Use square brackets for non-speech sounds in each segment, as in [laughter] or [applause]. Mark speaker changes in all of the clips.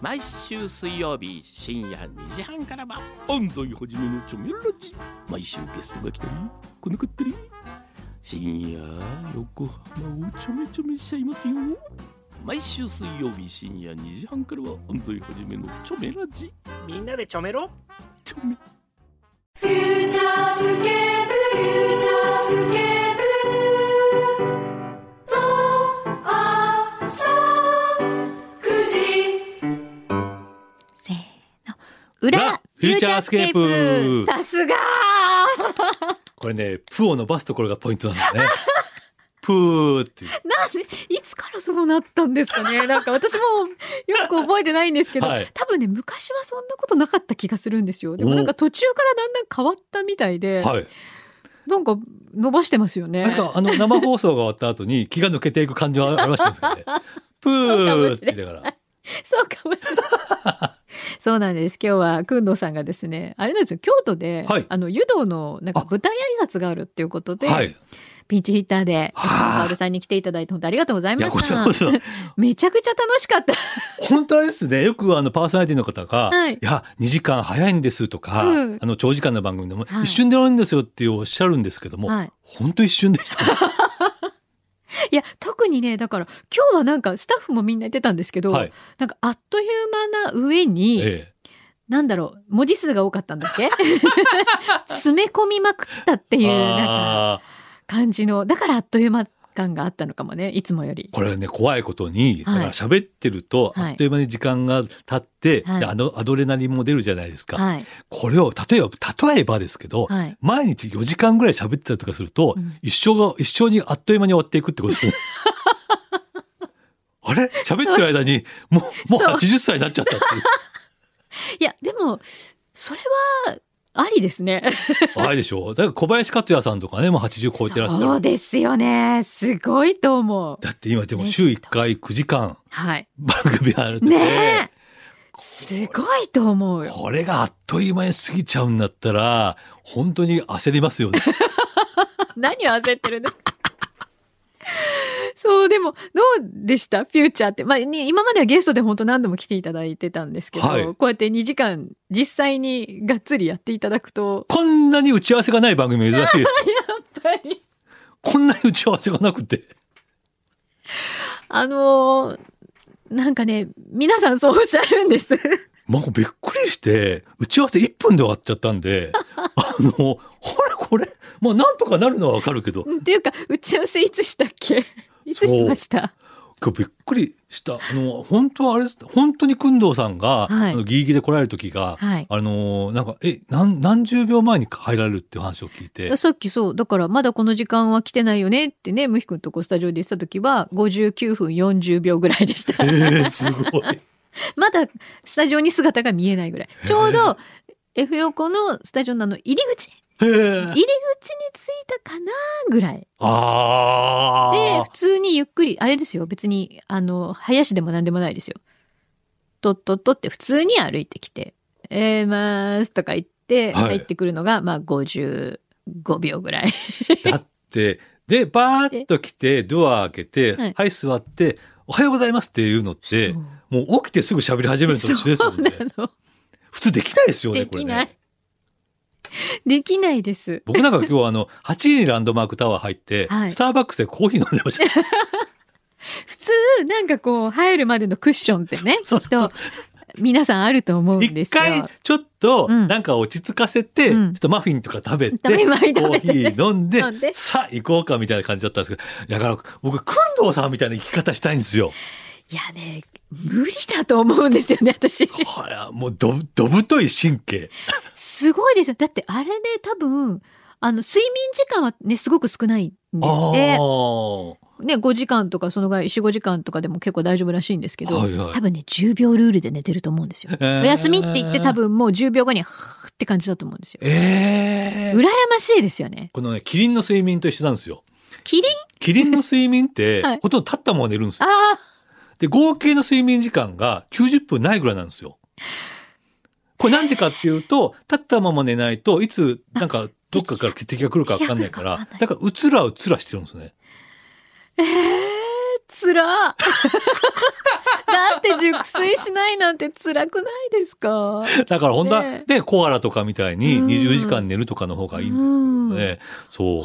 Speaker 1: 毎週水曜日深夜2時半からは安西はじめのチョメラジ毎週ゲストが来たり来なかったり深夜横浜をちょめちょめしちゃいますよ毎週水曜日深夜2時半からは安西はじめのチョメラジ
Speaker 2: みんなでちょめろ
Speaker 1: チョメ
Speaker 3: フューチャースケープ、フューチャースケープ、と、朝9時。せーの。裏、
Speaker 4: 裏フューチャースケープ
Speaker 3: フューチャースケープさすが
Speaker 4: [laughs] これね、プを伸ばすところがポイントな
Speaker 3: [laughs]
Speaker 4: んだね。プーっていう。
Speaker 3: なんで、いつからそうなったんですかねなんか私もよく覚えてないんですけど、
Speaker 4: はい
Speaker 3: 多分ね、昔はそんなことなかった気がするんですよ。でもなんか途中からだんだん変わったみたいで、
Speaker 4: はい。
Speaker 3: なんか伸ばしてますよね。
Speaker 4: 確か、あの、生放送が終わった後に気が抜けていく感じを表してますからね。
Speaker 3: [laughs]
Speaker 4: プーって言いながら。
Speaker 3: そうかもしれない。そうなんです。今日は、くんどうさんがですね、あれなんですよ、京都で、
Speaker 4: はい
Speaker 3: あの、湯道の、なんか
Speaker 4: あ
Speaker 3: 舞台挨拶があるっていうことで、
Speaker 4: はい。
Speaker 3: ピンチヒッターで、
Speaker 4: はあ
Speaker 3: カオルさんに来ていただいて、本当ありがとうござい
Speaker 4: いや、
Speaker 3: ま
Speaker 4: こ
Speaker 3: し
Speaker 4: ちらこそ
Speaker 3: た。。めちゃくちゃ楽しかった。
Speaker 4: 本当あれですね。よくあの、パーソナリティの方が、
Speaker 3: はい
Speaker 4: い、や、2時間早いんですとか、
Speaker 3: うん
Speaker 4: あの、長時間の番組でも、
Speaker 3: はい
Speaker 4: 一瞬で終わるんですよっておっしゃるんですけど
Speaker 3: [laughs]
Speaker 4: も、
Speaker 3: はい
Speaker 4: 本当一瞬でしたね。
Speaker 3: いや、特にね、だから、今日はなんか、スタッフもみんな言ってたんですけど、
Speaker 4: はい。
Speaker 3: なんか、あっという間な上に、
Speaker 4: え
Speaker 3: なんだろう、文字数が多かったんだ
Speaker 4: [laughs]
Speaker 3: っけ詰め込みまくったってい
Speaker 4: え。
Speaker 3: う、なんか、
Speaker 4: ああ、
Speaker 3: 感じの、だからあっという間感があったのかもね、いつもより。
Speaker 4: これね、怖いことに、
Speaker 3: はい
Speaker 4: だから喋ってると、
Speaker 3: はい
Speaker 4: あっという間に時間が経って、
Speaker 3: はい
Speaker 4: であの、アドレナリンも出るじゃないですか。
Speaker 3: はい。
Speaker 4: これを、例えば、例えばですけど、
Speaker 3: はい。
Speaker 4: 毎日4時間ぐらい喋ってたりとかすると、
Speaker 3: うん
Speaker 4: 一生が、一生にあっという間に終わってい
Speaker 3: [laughs]
Speaker 4: くってことあれ喋ってる間に、もう、もう
Speaker 3: そう
Speaker 4: 80歳になっちゃったっていう。
Speaker 3: いや、でも、それは、ありですね。 [laughs]
Speaker 4: あれでしょだから小林克也さんとかね、もう80超えてらっし
Speaker 3: そ
Speaker 4: ゃ
Speaker 3: う
Speaker 4: る。
Speaker 3: ですよね。すごいと思う。
Speaker 4: だって今でも週1回9時間
Speaker 3: はい。
Speaker 4: 番組あるんで、
Speaker 3: ねえ。すごいと思うよ。
Speaker 4: これがあっという間に過ぎちゃうんだったら、本当に焦りますよね。
Speaker 3: 何を焦ってるんですかそう、でも、どうでしたフューチャーって。まあ、に今まではゲストで本当何度も来ていただいてたんですけど、
Speaker 4: はい
Speaker 3: こうやって2時間実際にがっつりやっていただくと、
Speaker 4: こんなに打ち合わせがない番組珍しいですよ。
Speaker 3: やっぱり、
Speaker 4: こんなに打ち合わせがなくて。
Speaker 3: あのーなんかね、皆さんそうおっしゃるんです。
Speaker 4: なんかびっくりして、打ち合わせ1分で終わっちゃった
Speaker 3: [laughs]
Speaker 4: んで、あの、ほらこれ、まあなんとかなるのはわかるけど、
Speaker 3: うんっていうか、打ち合わせいつしたっけいつしました
Speaker 4: 今日びっくりした。あの、本当はあれ、本当に工藤さんが、
Speaker 3: はい
Speaker 4: あのギリギリで来られる時が、
Speaker 3: はい
Speaker 4: あの、なんか、え、何、何十秒前に入られるっていう話を聞いて、
Speaker 3: さっきそう、だからまだこの時間は来てないよねってね、ムヒ君とこうスタジオで言ってた時は、59分40秒ぐらいでした
Speaker 4: え。ー、すごい。
Speaker 3: [laughs] まだスタジオに姿が見えないぐらい。ちょうど、F 横のスタジオのあの入り口、
Speaker 4: えー
Speaker 3: 入、り口に着いたかなぐらい。
Speaker 4: あ
Speaker 3: で、
Speaker 4: ー
Speaker 3: 普通にゆっくり、あれですよ、別に、あの、林でも何でもないですよ。とっとっとって普通に歩いてきて、えー、まーすとか言って、
Speaker 4: はい
Speaker 3: 入ってくるのが、まあ55秒ぐらい。
Speaker 4: だって、で、バーッと来て、ドア開けて、
Speaker 3: はい
Speaker 4: はい、座って、おはようございますっていうのって、
Speaker 3: そう
Speaker 4: もう起きてすぐ喋り始めると一緒ですもんね
Speaker 3: そう。なの。
Speaker 4: 普通できないですよね、
Speaker 3: で
Speaker 4: これ
Speaker 3: きない。
Speaker 4: ね。
Speaker 3: できないです。
Speaker 4: 僕なんか今日あの、8時にランドマークタワー入って、
Speaker 3: はい
Speaker 4: スターバックスでコーヒー飲んでました。
Speaker 3: 普通、なんかこう、入るまでのクッションってね、き
Speaker 4: [laughs] そう
Speaker 3: っ
Speaker 4: そう
Speaker 3: と、皆さんあると思うんで
Speaker 4: 一
Speaker 3: すよ。
Speaker 4: 回ちょっと、
Speaker 3: うん
Speaker 4: なんか落ち着かせて、
Speaker 3: うん
Speaker 4: ちょっとマフィンとか食べて、
Speaker 3: 食べ前
Speaker 4: コ
Speaker 3: 食
Speaker 4: ー
Speaker 3: べ
Speaker 4: ヒ
Speaker 3: てね
Speaker 4: ー飲んで
Speaker 3: 飲んで
Speaker 4: さあ行こうかみたいな感じだったんですけど、だから僕、くんどうさんみたいな生き方したいんですよ。
Speaker 3: いやね、無理だと思うんですよね、私。
Speaker 4: これはもうど、どぶとい神経。
Speaker 3: すごいでしょ。だってあれね、多分、あの、睡眠時間はね、すごく少ないんです
Speaker 4: ああ、
Speaker 3: って、ね、5時間とか、そのぐらい、4、5時間とかでも結構大丈夫らしいんですけど、
Speaker 4: はいはい
Speaker 3: 多分ね、10秒ルールで寝てると思うんですよ。
Speaker 4: えー
Speaker 3: お休みって言って多分もう10秒後に、はーって感じだと思うんですよ。
Speaker 4: ええ
Speaker 3: 羨ましいですよね。
Speaker 4: このね、キリンの睡眠と一緒なんですよ。
Speaker 3: キリン
Speaker 4: キリンの睡眠って、
Speaker 3: はい
Speaker 4: ほとんど立ったまま寝るんですよ
Speaker 3: ああ、
Speaker 4: で、合計の睡眠時間が90分ないぐらいなんですよ。これなんでかっていうと、立ったまま寝ないといつ、なんか、どっかから敵が来るかわかんないから
Speaker 3: 敵が来るかわかんな、い
Speaker 4: だから、うつらうつらしてるんですね。
Speaker 3: えー、辛つ [laughs] らだって熟睡しないなんて辛くないですか
Speaker 4: だから本当は、
Speaker 3: ね
Speaker 4: ね、コアラとかみたいに
Speaker 3: うん
Speaker 4: 20時間寝るとかの方がいいんです
Speaker 3: うん
Speaker 4: よね。そう。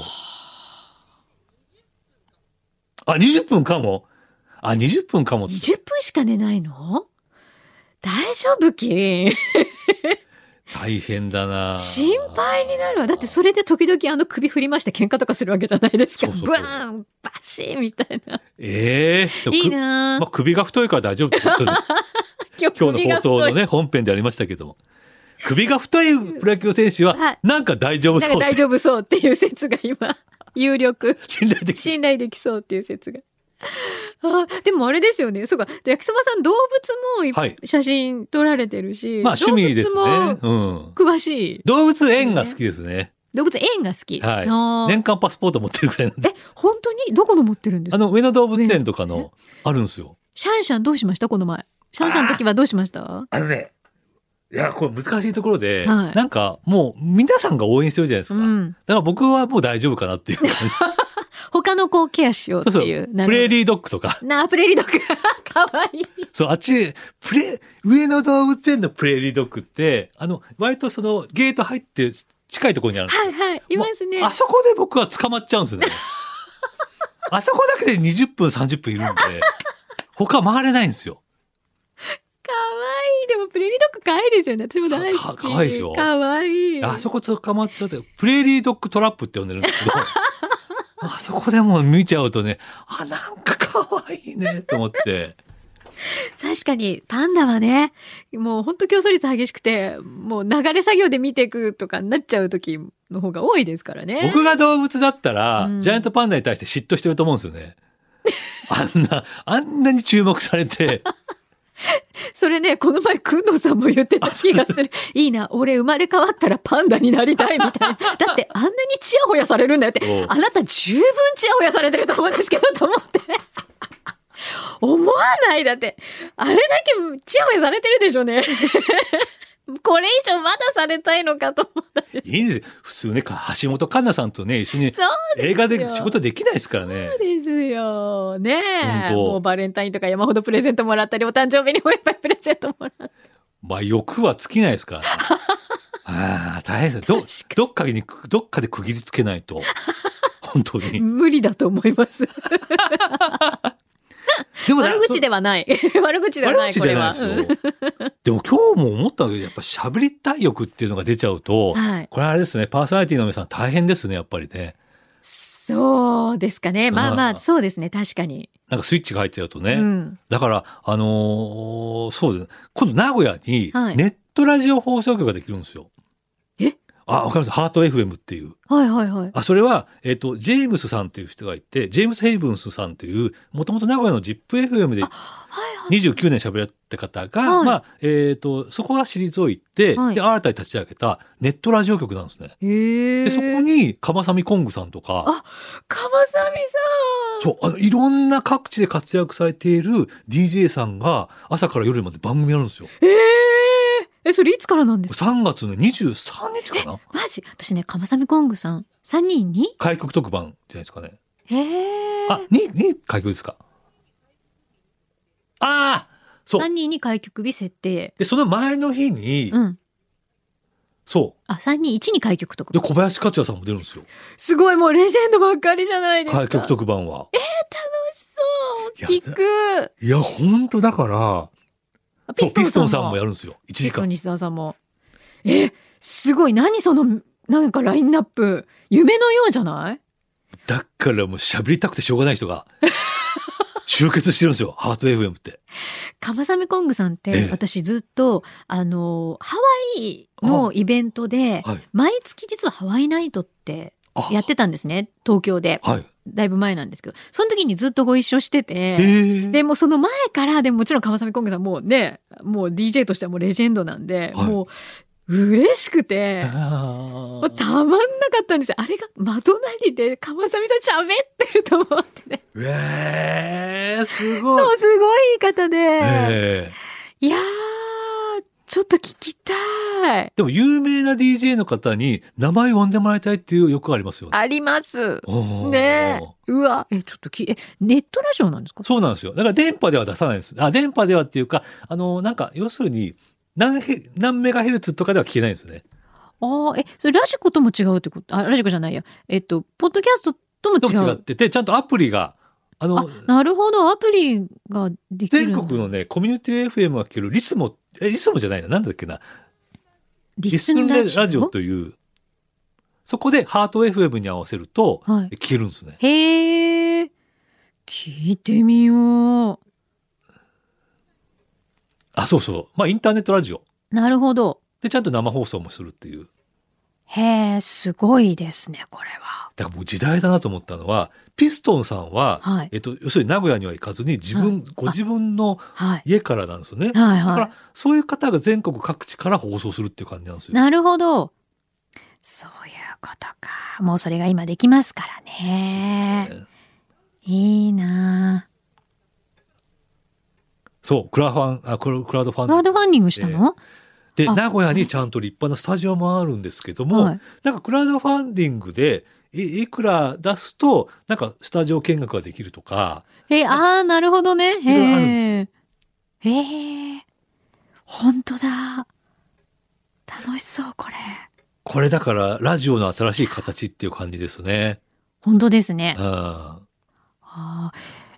Speaker 4: あ、20分かも。あ、20分かも。
Speaker 3: 20分しか寝ないの大丈夫キリン
Speaker 4: 大変だな
Speaker 3: 心配になるわ。だってそれで時々あの首振りまして喧嘩とかするわけじゃないですか。
Speaker 4: そうそう
Speaker 3: ブ
Speaker 4: そう
Speaker 3: ーンバシーンみたいな。
Speaker 4: ええ
Speaker 3: いい
Speaker 4: く
Speaker 3: な
Speaker 4: ま
Speaker 3: ぁ
Speaker 4: あ、首が太いから大丈夫ってことで
Speaker 3: 今
Speaker 4: 今日の放送のね、本編でありましたけども。首が太いプロ野球選手
Speaker 3: は、
Speaker 4: はいなんか大丈夫
Speaker 3: なん
Speaker 4: そ
Speaker 3: か
Speaker 4: う。
Speaker 3: 大丈夫そうっていう説が
Speaker 4: [laughs]
Speaker 3: 今、有力。
Speaker 4: 信頼でき
Speaker 3: 信頼できそうっていう説が。あでもあれですよね。そうか。焼きそばさん動物もいっ
Speaker 4: はい
Speaker 3: 写真撮られてるし。
Speaker 4: まあ趣味ですね。
Speaker 3: 動物も
Speaker 4: うん。
Speaker 3: 詳しい。
Speaker 4: 動物園が好きですね。
Speaker 3: 動物園が好き。あ
Speaker 4: はい
Speaker 3: ー。
Speaker 4: 年間パスポート持ってるくらいなんで。
Speaker 3: え、本当にどこの持ってるんです
Speaker 4: あ
Speaker 3: か
Speaker 4: の、上野動物園とかの、あるんですよ。
Speaker 3: シャンシャンどうしましたこの前。シャンシャンの時はどうしました
Speaker 4: あのね、いや、これ難しいところで、
Speaker 3: はい
Speaker 4: なんかもう皆さんが応援してるじゃないです
Speaker 3: う
Speaker 4: か。だ
Speaker 3: ん。
Speaker 4: から僕はもう大丈夫かなっ
Speaker 3: [laughs]
Speaker 4: ていう感じ。
Speaker 3: 他の子をケアしようって
Speaker 4: そう
Speaker 3: い
Speaker 4: そうう。。
Speaker 3: なるほど
Speaker 4: プレーリードッグとか。
Speaker 3: なあ、プレリドッグ。 [laughs] かわいい。
Speaker 4: そう、あっち、プレ、上野動物園のプレーリードッグって、あの、割とその、ゲート入って近いところにあるんです
Speaker 3: は
Speaker 4: よ
Speaker 3: いはい。いますね。
Speaker 4: あそこで僕は捕まっちゃうんです
Speaker 3: [laughs]
Speaker 4: よね。あそこだけで20分、30分いるんで、他回れないんですよ。
Speaker 3: かわいい。でも、プレリドッグかわいいですよね。私も大好
Speaker 4: か
Speaker 3: き。
Speaker 4: かわいいでしょ
Speaker 3: かわいい。
Speaker 4: あそこ捕まっちゃって、プレーリードッグトラップって呼んでる
Speaker 3: [laughs]
Speaker 4: んですけど、あそこでも見ちゃうとね、あ、なんか可愛いね、と思って。
Speaker 3: 確かに、パンダはね、もう本当競争率激しくて、もう流れ作業で見ていくとかになっちゃう時の方が多いですからね。
Speaker 4: 僕が動物だったら、
Speaker 3: うん
Speaker 4: ジャイアントパンダに対して嫉妬してると思うんですよね。あんな、あんなに注目さ
Speaker 3: [laughs]
Speaker 4: れて、
Speaker 3: それね、この前、くんのさんも言ってた気がする。いいな、俺生まれ変わったらパンダになりたいみ [laughs] たいな。だって、あんなにチヤホヤされるんだよって
Speaker 4: そう、
Speaker 3: あなた十分チヤホヤされてると思うんですけど、と思って。 [laughs] 思わないだって。あれだけチヤホヤされてるでしょうね。 [laughs] これ以上まだされたいのかと思ったんです。
Speaker 4: いいんですよ。普通ね、か橋本環奈さんとね、一緒に
Speaker 3: そうですよ
Speaker 4: 映画で仕事できないですからね
Speaker 3: そ。うですよ。ねえ。
Speaker 4: 本当
Speaker 3: もうバレンタインとか山ほどプレゼントもらったり、お誕生日にもいっぱいプレゼントもらったり。
Speaker 4: まあ欲は尽きないですか
Speaker 3: [laughs]
Speaker 4: ら、ね。ああ、大変だ。ど、どっかに、どっかで区切りつけな
Speaker 3: [laughs]
Speaker 4: いと。本当に。
Speaker 3: 無理だと思います。
Speaker 4: でも
Speaker 3: 悪口ではない。悪口ではない、
Speaker 4: 悪口
Speaker 3: こ
Speaker 4: じ
Speaker 3: れ
Speaker 4: ゃない
Speaker 3: は
Speaker 4: で。すよ。でも今日も思ったんですけど、やっぱ喋りたい欲っていうのが出ちゃうと、
Speaker 3: はい
Speaker 4: これあれですね、パーソナリティの皆さん大変ですね、やっぱりね。
Speaker 3: そうですかね。まあま
Speaker 4: う
Speaker 3: あ、
Speaker 4: ん
Speaker 3: そうですね。確かに。
Speaker 4: なんかスイッチが入っちゃうとね。
Speaker 3: うん。
Speaker 4: だから、あのーそうですね。今度名古屋に
Speaker 3: はい
Speaker 4: ネットラジオ放送局ができるんですよ。
Speaker 3: え
Speaker 4: あ、わかります。ハート FM っていう。
Speaker 3: はいはいはい。
Speaker 4: あ、それは、えっ、と、ジェームスさんっていう人がいて、ジェームス・ヘイブンスさんっていう、もともと名古屋の ZIPFM で
Speaker 3: はいはい。
Speaker 4: 29年喋った方が、
Speaker 3: はい
Speaker 4: まあ、えっ、と、そこは退いて、
Speaker 3: はい
Speaker 4: で、新たに立ち上げたネットラジオ局なんですね。
Speaker 3: へえ。
Speaker 4: で、そこに、かまさみコングさんとか、
Speaker 3: あかまさみさん。
Speaker 4: そう、あの、いろんな各地で活躍されている DJ さんが、朝から夜まで番組やるんですよ。
Speaker 3: ええ。え、それいつからなんですか
Speaker 4: 3月の23日かな
Speaker 3: マジ私ね、かまさみコングさん、3人に
Speaker 4: 開局特番じゃないですかね。
Speaker 3: へえ。
Speaker 4: あ、に、に開局ですか。ああそう
Speaker 3: 3。人に開局日設定。
Speaker 4: で、その前の日に、
Speaker 3: うん。
Speaker 4: そ
Speaker 3: あ、3人1に開局と
Speaker 4: う。で、
Speaker 3: か。
Speaker 4: 小林克也さんも出るんですよ。
Speaker 3: すごい、もうレジェンドばっかりじゃないですか。
Speaker 4: 開局特番は。
Speaker 3: そう、聞く。
Speaker 4: いや、ほんとだから、
Speaker 3: あ
Speaker 4: そう、ピストンさんもや
Speaker 3: る。
Speaker 4: るんですよ。1
Speaker 3: ピ
Speaker 4: 時
Speaker 3: ストン
Speaker 4: 間。
Speaker 3: 西澤さんも。え、すごい。何その、なんかラインナップ。夢のようじゃない
Speaker 4: だからもう喋りたくてしょうがない人が、集結してるんですよ。ハート FM って。
Speaker 3: かまさみコングさんって、
Speaker 4: ええ
Speaker 3: 私ずっと、あの、ハワイのイベントで、
Speaker 4: はい。
Speaker 3: 毎月実はハワイナイトって
Speaker 4: あ
Speaker 3: やってたんですね。東京で。
Speaker 4: はい。
Speaker 3: だいぶ前なんですけど、その時にずっとご一緒して
Speaker 4: え
Speaker 3: て、
Speaker 4: ー、
Speaker 3: でもうその前から、でももちろんかまさみコングさんもうね、もう DJ としてはもうレジェンドなんで、
Speaker 4: はい
Speaker 3: もう嬉しくて、
Speaker 4: [laughs] あ
Speaker 3: もうたまんなかったんですよ。あれが、まとなりで、かまさみさん喋ってると思ってね。
Speaker 4: ーえー、すごい。
Speaker 3: そう、すごい言い方で。
Speaker 4: え
Speaker 3: いやー、ちょっと聞きたはい。
Speaker 4: でも有名な DJ の方に名前呼んでもらいたいっていう欲がありますよね。
Speaker 3: あります。
Speaker 4: おー
Speaker 3: ねえ。うわ。え、ちょっとき、え、ネットラジオなんですか
Speaker 4: そうなんですよ。だから電波では出さないです。あ、電波ではっていうか、あの、なんか、要するに、何ヘ、何メガヘルツとかでは聞けないんですね。
Speaker 3: ああ、え、それラジコとも違うってことあ、ラジコじゃないや。えっと、ポッドキャストとも
Speaker 4: と
Speaker 3: 違
Speaker 4: 違っ
Speaker 3: う。
Speaker 4: てて、ちゃんとアプリが、あ
Speaker 3: あ
Speaker 4: の、、
Speaker 3: なるほど。アプリができる
Speaker 4: 全
Speaker 3: の。
Speaker 4: 国のね、コミュニティ FM が聞けるリスモ、え、リスモじゃないな、なんだっけな、
Speaker 3: リ
Speaker 4: リ
Speaker 3: ス
Speaker 4: ス
Speaker 3: ン
Speaker 4: ン
Speaker 3: ラ
Speaker 4: ラ
Speaker 3: ジ
Speaker 4: ジ
Speaker 3: オ。
Speaker 4: オという、そこでハート FM に合わせると、
Speaker 3: はい
Speaker 4: 聞けるんですね。
Speaker 3: へえ。聞いてみよう。
Speaker 4: あ、そうそう。まあ、インターネットラジオ。
Speaker 3: なるほど。
Speaker 4: で、ちゃんと生放送もするっていう。
Speaker 3: へえ、すごいですね、これは。
Speaker 4: だからもう時代だなと思ったのは、ピストンさんは、
Speaker 3: はい
Speaker 4: えっと、要するに名古屋には行かずに、自分、ご自分の
Speaker 3: はい。
Speaker 4: 家からなんですよね。
Speaker 3: はい
Speaker 4: だか
Speaker 3: は
Speaker 4: ら、そういう方が全国各地から放送するっていう感じなんです
Speaker 3: い。
Speaker 4: よ。
Speaker 3: なるほど。そういうことか。もうそれが今できますからね。
Speaker 4: ね
Speaker 3: いいなあ
Speaker 4: そう、クラファン、あ、クラクラウドファン
Speaker 3: クラウドファンディングしたの、
Speaker 4: で、
Speaker 3: あ
Speaker 4: 名古屋にちゃんと立派なスタジオもあるんですけども、
Speaker 3: はい
Speaker 4: なんかクラウドファンディングで、いいくら出すと、なんかスタジオ見学ができるとか、
Speaker 3: えー、ああ、なるほどね。
Speaker 4: いろいろあるん
Speaker 3: へえ。へえ。本当だ。楽しそう、これ。
Speaker 4: これだからラジオの新しい形っていう感じですね。
Speaker 3: 本当ですね
Speaker 4: う。ん。
Speaker 3: あ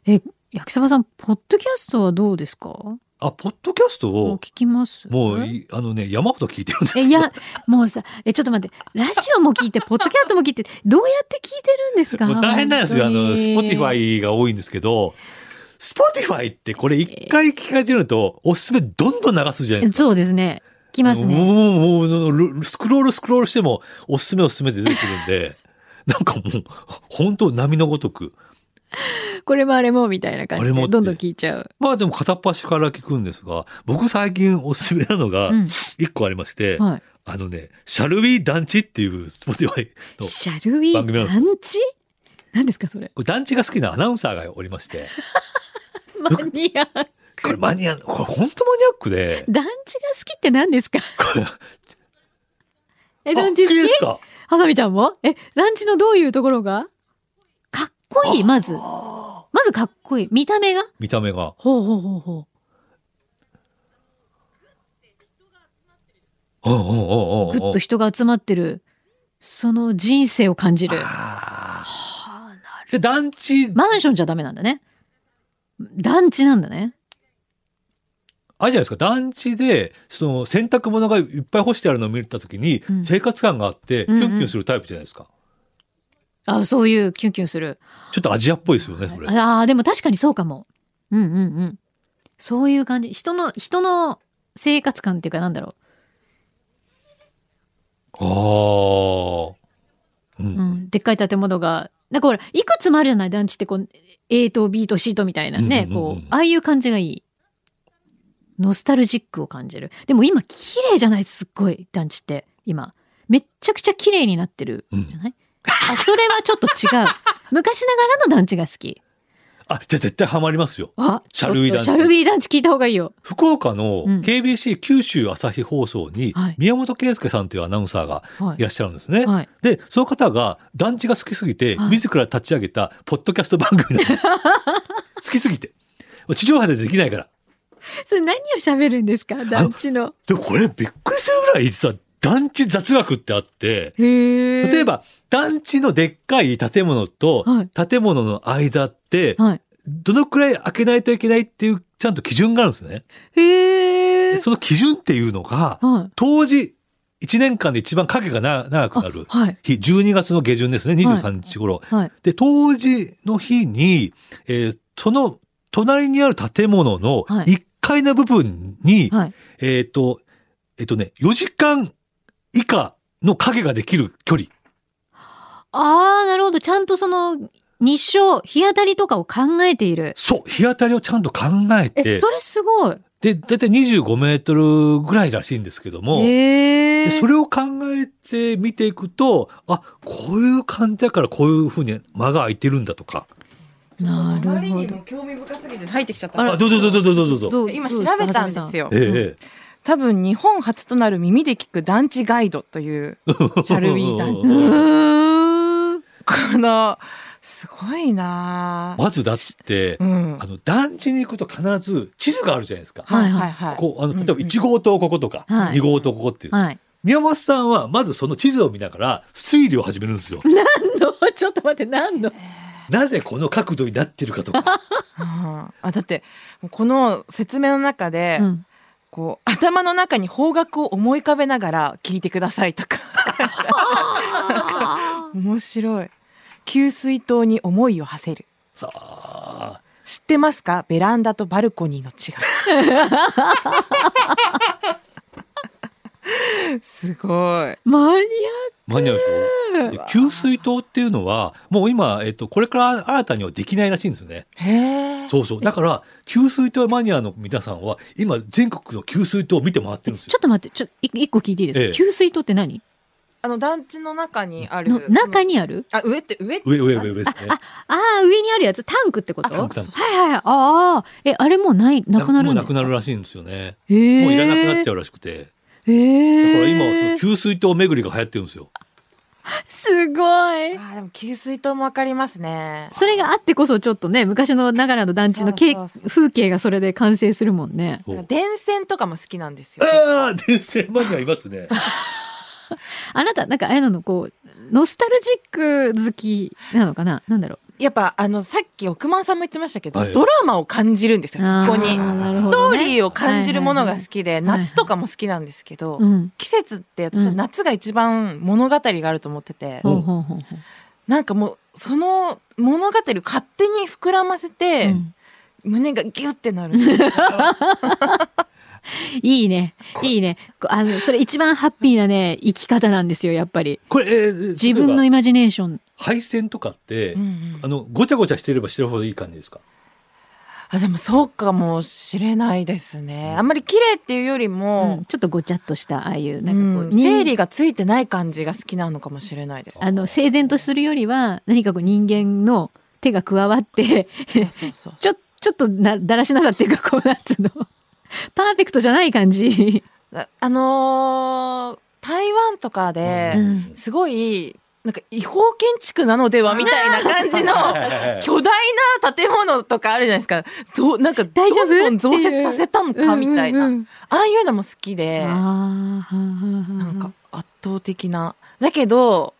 Speaker 3: ーえ、焼きそばさん、ポッドキャストはどうですかも
Speaker 4: あ、ポッドキャスト
Speaker 3: う
Speaker 4: を、
Speaker 3: 聞きます
Speaker 4: もうい、あのね、山ほど聞いてるんですけ
Speaker 3: [laughs] え、
Speaker 4: ど
Speaker 3: いや、もうさ、え、ちょっと待って、ラジオも聞いて、ポッドキャストも聞いて、どうやって聞いてるんですか
Speaker 4: もう大変なんですよ。あの、スポティファ
Speaker 3: イ。
Speaker 4: イが多いんですけど、スポティファイってこれ一回聞かれてると、おすすめどんどん流すじゃないですか。
Speaker 3: そうですね。来ますね。
Speaker 4: もう、もうもう、スクロールスクロールしても、おすすめおすすめで出てくるんで、なんかもう、本当波のごとく。
Speaker 3: これもあれも、みたいな感じ
Speaker 4: あれもっ
Speaker 3: で、
Speaker 4: て
Speaker 3: どんどん聞いちゃう。
Speaker 4: まあでも片っ端から聞くんですが、僕最近おすすめなのが
Speaker 3: う、ん。
Speaker 4: 一個ありまして、
Speaker 3: はい。
Speaker 4: あのね、シャルウィー団地っていうスポティファイの
Speaker 3: シャルウィ
Speaker 4: 番組なんです
Speaker 3: 団地何ですか、それ。
Speaker 4: 団地が好きなアナウンサーがおりまして、
Speaker 3: [laughs] マニアック。
Speaker 4: これマニア、これ本当マニアックで、
Speaker 3: 団地が好きって何です
Speaker 4: [laughs]
Speaker 3: か
Speaker 4: これ、
Speaker 3: え、
Speaker 4: あ
Speaker 3: 団地好
Speaker 4: 好きで
Speaker 3: き
Speaker 4: すか
Speaker 3: はさみちゃんもえ、団地のどういうところがかっこいい、まず。まずかっこいい。見た目が
Speaker 4: 見た目が。
Speaker 3: ほうほうほうほう。
Speaker 4: うんうんう
Speaker 3: ぐ
Speaker 4: ん
Speaker 3: っ
Speaker 4: うんう
Speaker 3: と
Speaker 4: ん。
Speaker 3: 人が集まってる、その人生を感じる。は
Speaker 4: あー
Speaker 3: あ、なる
Speaker 4: で、団地、
Speaker 3: マンションじゃダメなんだね。団地なんだね。
Speaker 4: あれじゃないですか、団地で、その洗濯物がいっぱい干してあるのを見たときに、
Speaker 3: うん
Speaker 4: 生活感があって、キ
Speaker 3: うん
Speaker 4: ュ
Speaker 3: う
Speaker 4: ン
Speaker 3: ん
Speaker 4: キュンするタイプじゃないですか。
Speaker 3: あそういうキュンキュンする。
Speaker 4: ちょっとアジアっぽいですよね、それ。
Speaker 3: ああ、でも確かにそうかも。うんうんうん。そういう感じ。人の、人の生活感っていうかなんだろ
Speaker 4: ああ。う。
Speaker 3: う。うんん。でっかい建物が、なんかほら、いくつもあるじゃない団地ってこう、A と B と C とみたいなね。
Speaker 4: うんうんうん
Speaker 3: こう、ああいう感じがいい。ノスタルジックを感じる。でも今、綺麗じゃないすっごい、団地って。今。めっちゃくちゃ綺麗になってる。
Speaker 4: うん
Speaker 3: じゃないあ、それはちょっと違 [laughs] う。昔ながらの団地が好き。
Speaker 4: あ、じゃあ絶対ハマりますよ。
Speaker 3: あ、
Speaker 4: シャルウィ団
Speaker 3: ちょっと
Speaker 4: 地
Speaker 3: シャルウィ団地聞いた方がいいよ。
Speaker 4: 福岡の
Speaker 3: うん
Speaker 4: KBC 九州朝日放送に
Speaker 3: はい、
Speaker 4: 宮本圭介さんというアナウンサーが
Speaker 3: はい
Speaker 4: らっしゃるんですね。
Speaker 3: はい。
Speaker 4: で、その方が団地が好きすぎて
Speaker 3: はい、
Speaker 4: 自ら立ち上げたポッドキャスト番
Speaker 3: [laughs]
Speaker 4: 組なんです。好きすぎて。地上波でできないから。
Speaker 3: それ何を喋るんですか団地の。
Speaker 4: でもこれびっくりするぐらい実は団地雑学ってあって、
Speaker 3: へえ。
Speaker 4: 例え。ば団地のでっかい建物と
Speaker 3: はい
Speaker 4: 建物の間って、
Speaker 3: はい。
Speaker 4: どのくらい開けないといけないっていうちゃんと基準があるんですね。
Speaker 3: へ
Speaker 4: で
Speaker 3: え。
Speaker 4: その基準っていうのが、
Speaker 3: はい。
Speaker 4: 当時1年間で一番影がな長くなる
Speaker 3: あはい。
Speaker 4: 日、12月の下旬ですね、23日頃。
Speaker 3: はい。
Speaker 4: で、当時の日に、えーその隣にある建物の
Speaker 3: はい
Speaker 4: 1階の部分に、
Speaker 3: はい。
Speaker 4: えっ、と、えっ、とね、4時間以下の影ができる距離。
Speaker 3: ああ、なるほど。ちゃんとその、日照、日当たりとかを考えている。
Speaker 4: そう、日当たりをちゃんと考え
Speaker 3: え、
Speaker 4: て
Speaker 3: そ、れすごい。
Speaker 4: で、だいたい25メートルぐらいらしいんですけども、
Speaker 3: へえ。
Speaker 4: でそれを考えて見ていくと、あ、こういう感じだからこういうふうに間が空いてるんだとか。
Speaker 3: な
Speaker 5: あま
Speaker 3: る
Speaker 5: り
Speaker 3: ほ
Speaker 5: にも
Speaker 3: ど。
Speaker 5: 興味深すぎて入ってきちゃっ
Speaker 3: あ
Speaker 5: た
Speaker 3: ら
Speaker 4: あ、どうぞどうぞどうぞどうぞ。
Speaker 3: どう
Speaker 5: 今
Speaker 3: どう
Speaker 5: 調
Speaker 3: ですか
Speaker 5: べたんで
Speaker 3: はさみ
Speaker 5: す
Speaker 3: さ
Speaker 5: よ
Speaker 4: ええ
Speaker 5: 多分日本初となる耳で聞く団地ガイドという、シャルウィーダン
Speaker 3: う
Speaker 4: う
Speaker 3: ー
Speaker 4: ん
Speaker 3: ん。
Speaker 5: この、すごいな
Speaker 4: [laughs]
Speaker 5: ぁ
Speaker 4: まずだって
Speaker 5: う、ん。
Speaker 4: あの、団地に行くと必ず地図があるじゃないですか。
Speaker 5: はいはいはい。
Speaker 4: こう、あの、例えば
Speaker 5: うんうん
Speaker 4: 1号棟こことか、
Speaker 3: はい
Speaker 4: 2号棟ここっていう。
Speaker 3: はい。
Speaker 4: 宮本さんは、まずその地図を見ながら、推理を始めるんですよ。
Speaker 3: の [laughs] ちょっと待って、何の
Speaker 4: [laughs] なぜこの角度になってるかとか。
Speaker 5: うんあ、だって、もうこの説明の中で、
Speaker 3: うん
Speaker 5: こう、頭の中に方角を思い浮かべながら聞いてくださいと [laughs] か。面白い。給水塔に思いを馳せる。
Speaker 4: さあ、
Speaker 5: 知ってますかベランダとバルコニーの違 [laughs] い。すごい。
Speaker 3: マニ
Speaker 4: マニアでしょで給水塔っていうのは、もう今、えっと、これから新たにはできないらしいんですね。
Speaker 5: へえ。
Speaker 4: そうそう。だから、給水塔マニアの皆さんは、今、全国の給水塔を見て回ってるんです
Speaker 3: ちょ
Speaker 4: よ。
Speaker 3: っと待って、ちょ、い一個聞いていいですか、
Speaker 4: ええ
Speaker 3: 給水塔って何
Speaker 5: あの団地の中にあ
Speaker 3: の
Speaker 5: る。
Speaker 3: 中
Speaker 5: に。
Speaker 3: にある
Speaker 5: あ、上って上って
Speaker 4: 上、上、上、上ですね。
Speaker 3: ああ、上にあるやつ、タンクってこと
Speaker 4: タンクタンク
Speaker 3: はいはいはい。ああ、え、あれもうない、なくなる
Speaker 4: もうんな
Speaker 3: です
Speaker 4: く
Speaker 3: か
Speaker 4: なるらしいんですよね。
Speaker 3: へえ
Speaker 4: もういらなくなっちゃうらしくて。
Speaker 3: へ
Speaker 4: だ
Speaker 3: え。
Speaker 4: から今はその給水塔巡りが流行ってるんですよ。
Speaker 3: すごい。
Speaker 5: あーでも給水塔もわかりますね。
Speaker 3: それがあってこそちょっとね、昔の長良の団地のけい
Speaker 5: そうそうそう
Speaker 3: 風景がそれで完成するもんね。
Speaker 4: そう
Speaker 5: 電線とかも好きなんですよ。
Speaker 4: ああ電線マニアいま
Speaker 3: [laughs]
Speaker 4: すね。
Speaker 3: あなた、なんかあれなの、こう、ノスタルジック好きなのかななんだろ
Speaker 5: やっぱあのさっき億万さんも言ってましたけど、
Speaker 4: はい
Speaker 5: ドラマを感じるんですよ。
Speaker 3: あー
Speaker 5: そこに、
Speaker 3: なるほ
Speaker 5: ス
Speaker 3: ど
Speaker 5: トー
Speaker 3: ね
Speaker 5: リーを感じるものが好きで、
Speaker 3: はいはい
Speaker 5: 夏とかも好きなんですけど、
Speaker 3: う。うん。
Speaker 5: 季節って私は夏が一番物語があると思ってて、
Speaker 4: うん
Speaker 3: ほうほうほうほ
Speaker 5: なんかもうその物語を勝手に膨らませ
Speaker 3: う。
Speaker 5: て、
Speaker 3: うん
Speaker 5: 胸がギュって
Speaker 3: [laughs]
Speaker 5: なるんですよ。
Speaker 3: いいね。いいね。こあの、それ一番ハッピーなね、生き方なんですよ、やっぱり。
Speaker 4: これ、えー
Speaker 3: 自分の
Speaker 4: 例え
Speaker 3: イマジネーション。
Speaker 4: ば配線とかって、
Speaker 5: うんうん
Speaker 4: あの、ごちゃごちゃしてればしてるほどいい感じですか
Speaker 5: あでもそうかもしれないですね。あんまり綺麗っていうより
Speaker 3: う
Speaker 5: も
Speaker 3: ん、ちょっとごちゃっとした、ああいう、な
Speaker 5: うん
Speaker 3: かこ
Speaker 5: ん
Speaker 3: う、人
Speaker 5: 整理がついてない感じが好きなのかもしれないです。
Speaker 3: あの、整然とするよりは、何かこう人間の手が加わ
Speaker 5: [laughs]
Speaker 3: って、
Speaker 5: そうそうそう
Speaker 3: ちょ、ちょっとな、だらしなさっていうか、こう、なんつうの。 [laughs] パーフェクトじゃない感じ。
Speaker 5: ああのー台湾とか
Speaker 3: う
Speaker 5: で、
Speaker 3: ん
Speaker 5: すごい、なんか違法建築なのではみたいな感じの、 [laughs] 巨大な建物とかあるじゃないですか。ぞなんか、
Speaker 3: 大丈夫
Speaker 5: どんどん増設させたのかみたいな。
Speaker 3: うんうんうん
Speaker 5: ああいうのも好きで、
Speaker 3: ああ、
Speaker 5: な
Speaker 3: なん
Speaker 5: か、圧倒的な。だけど、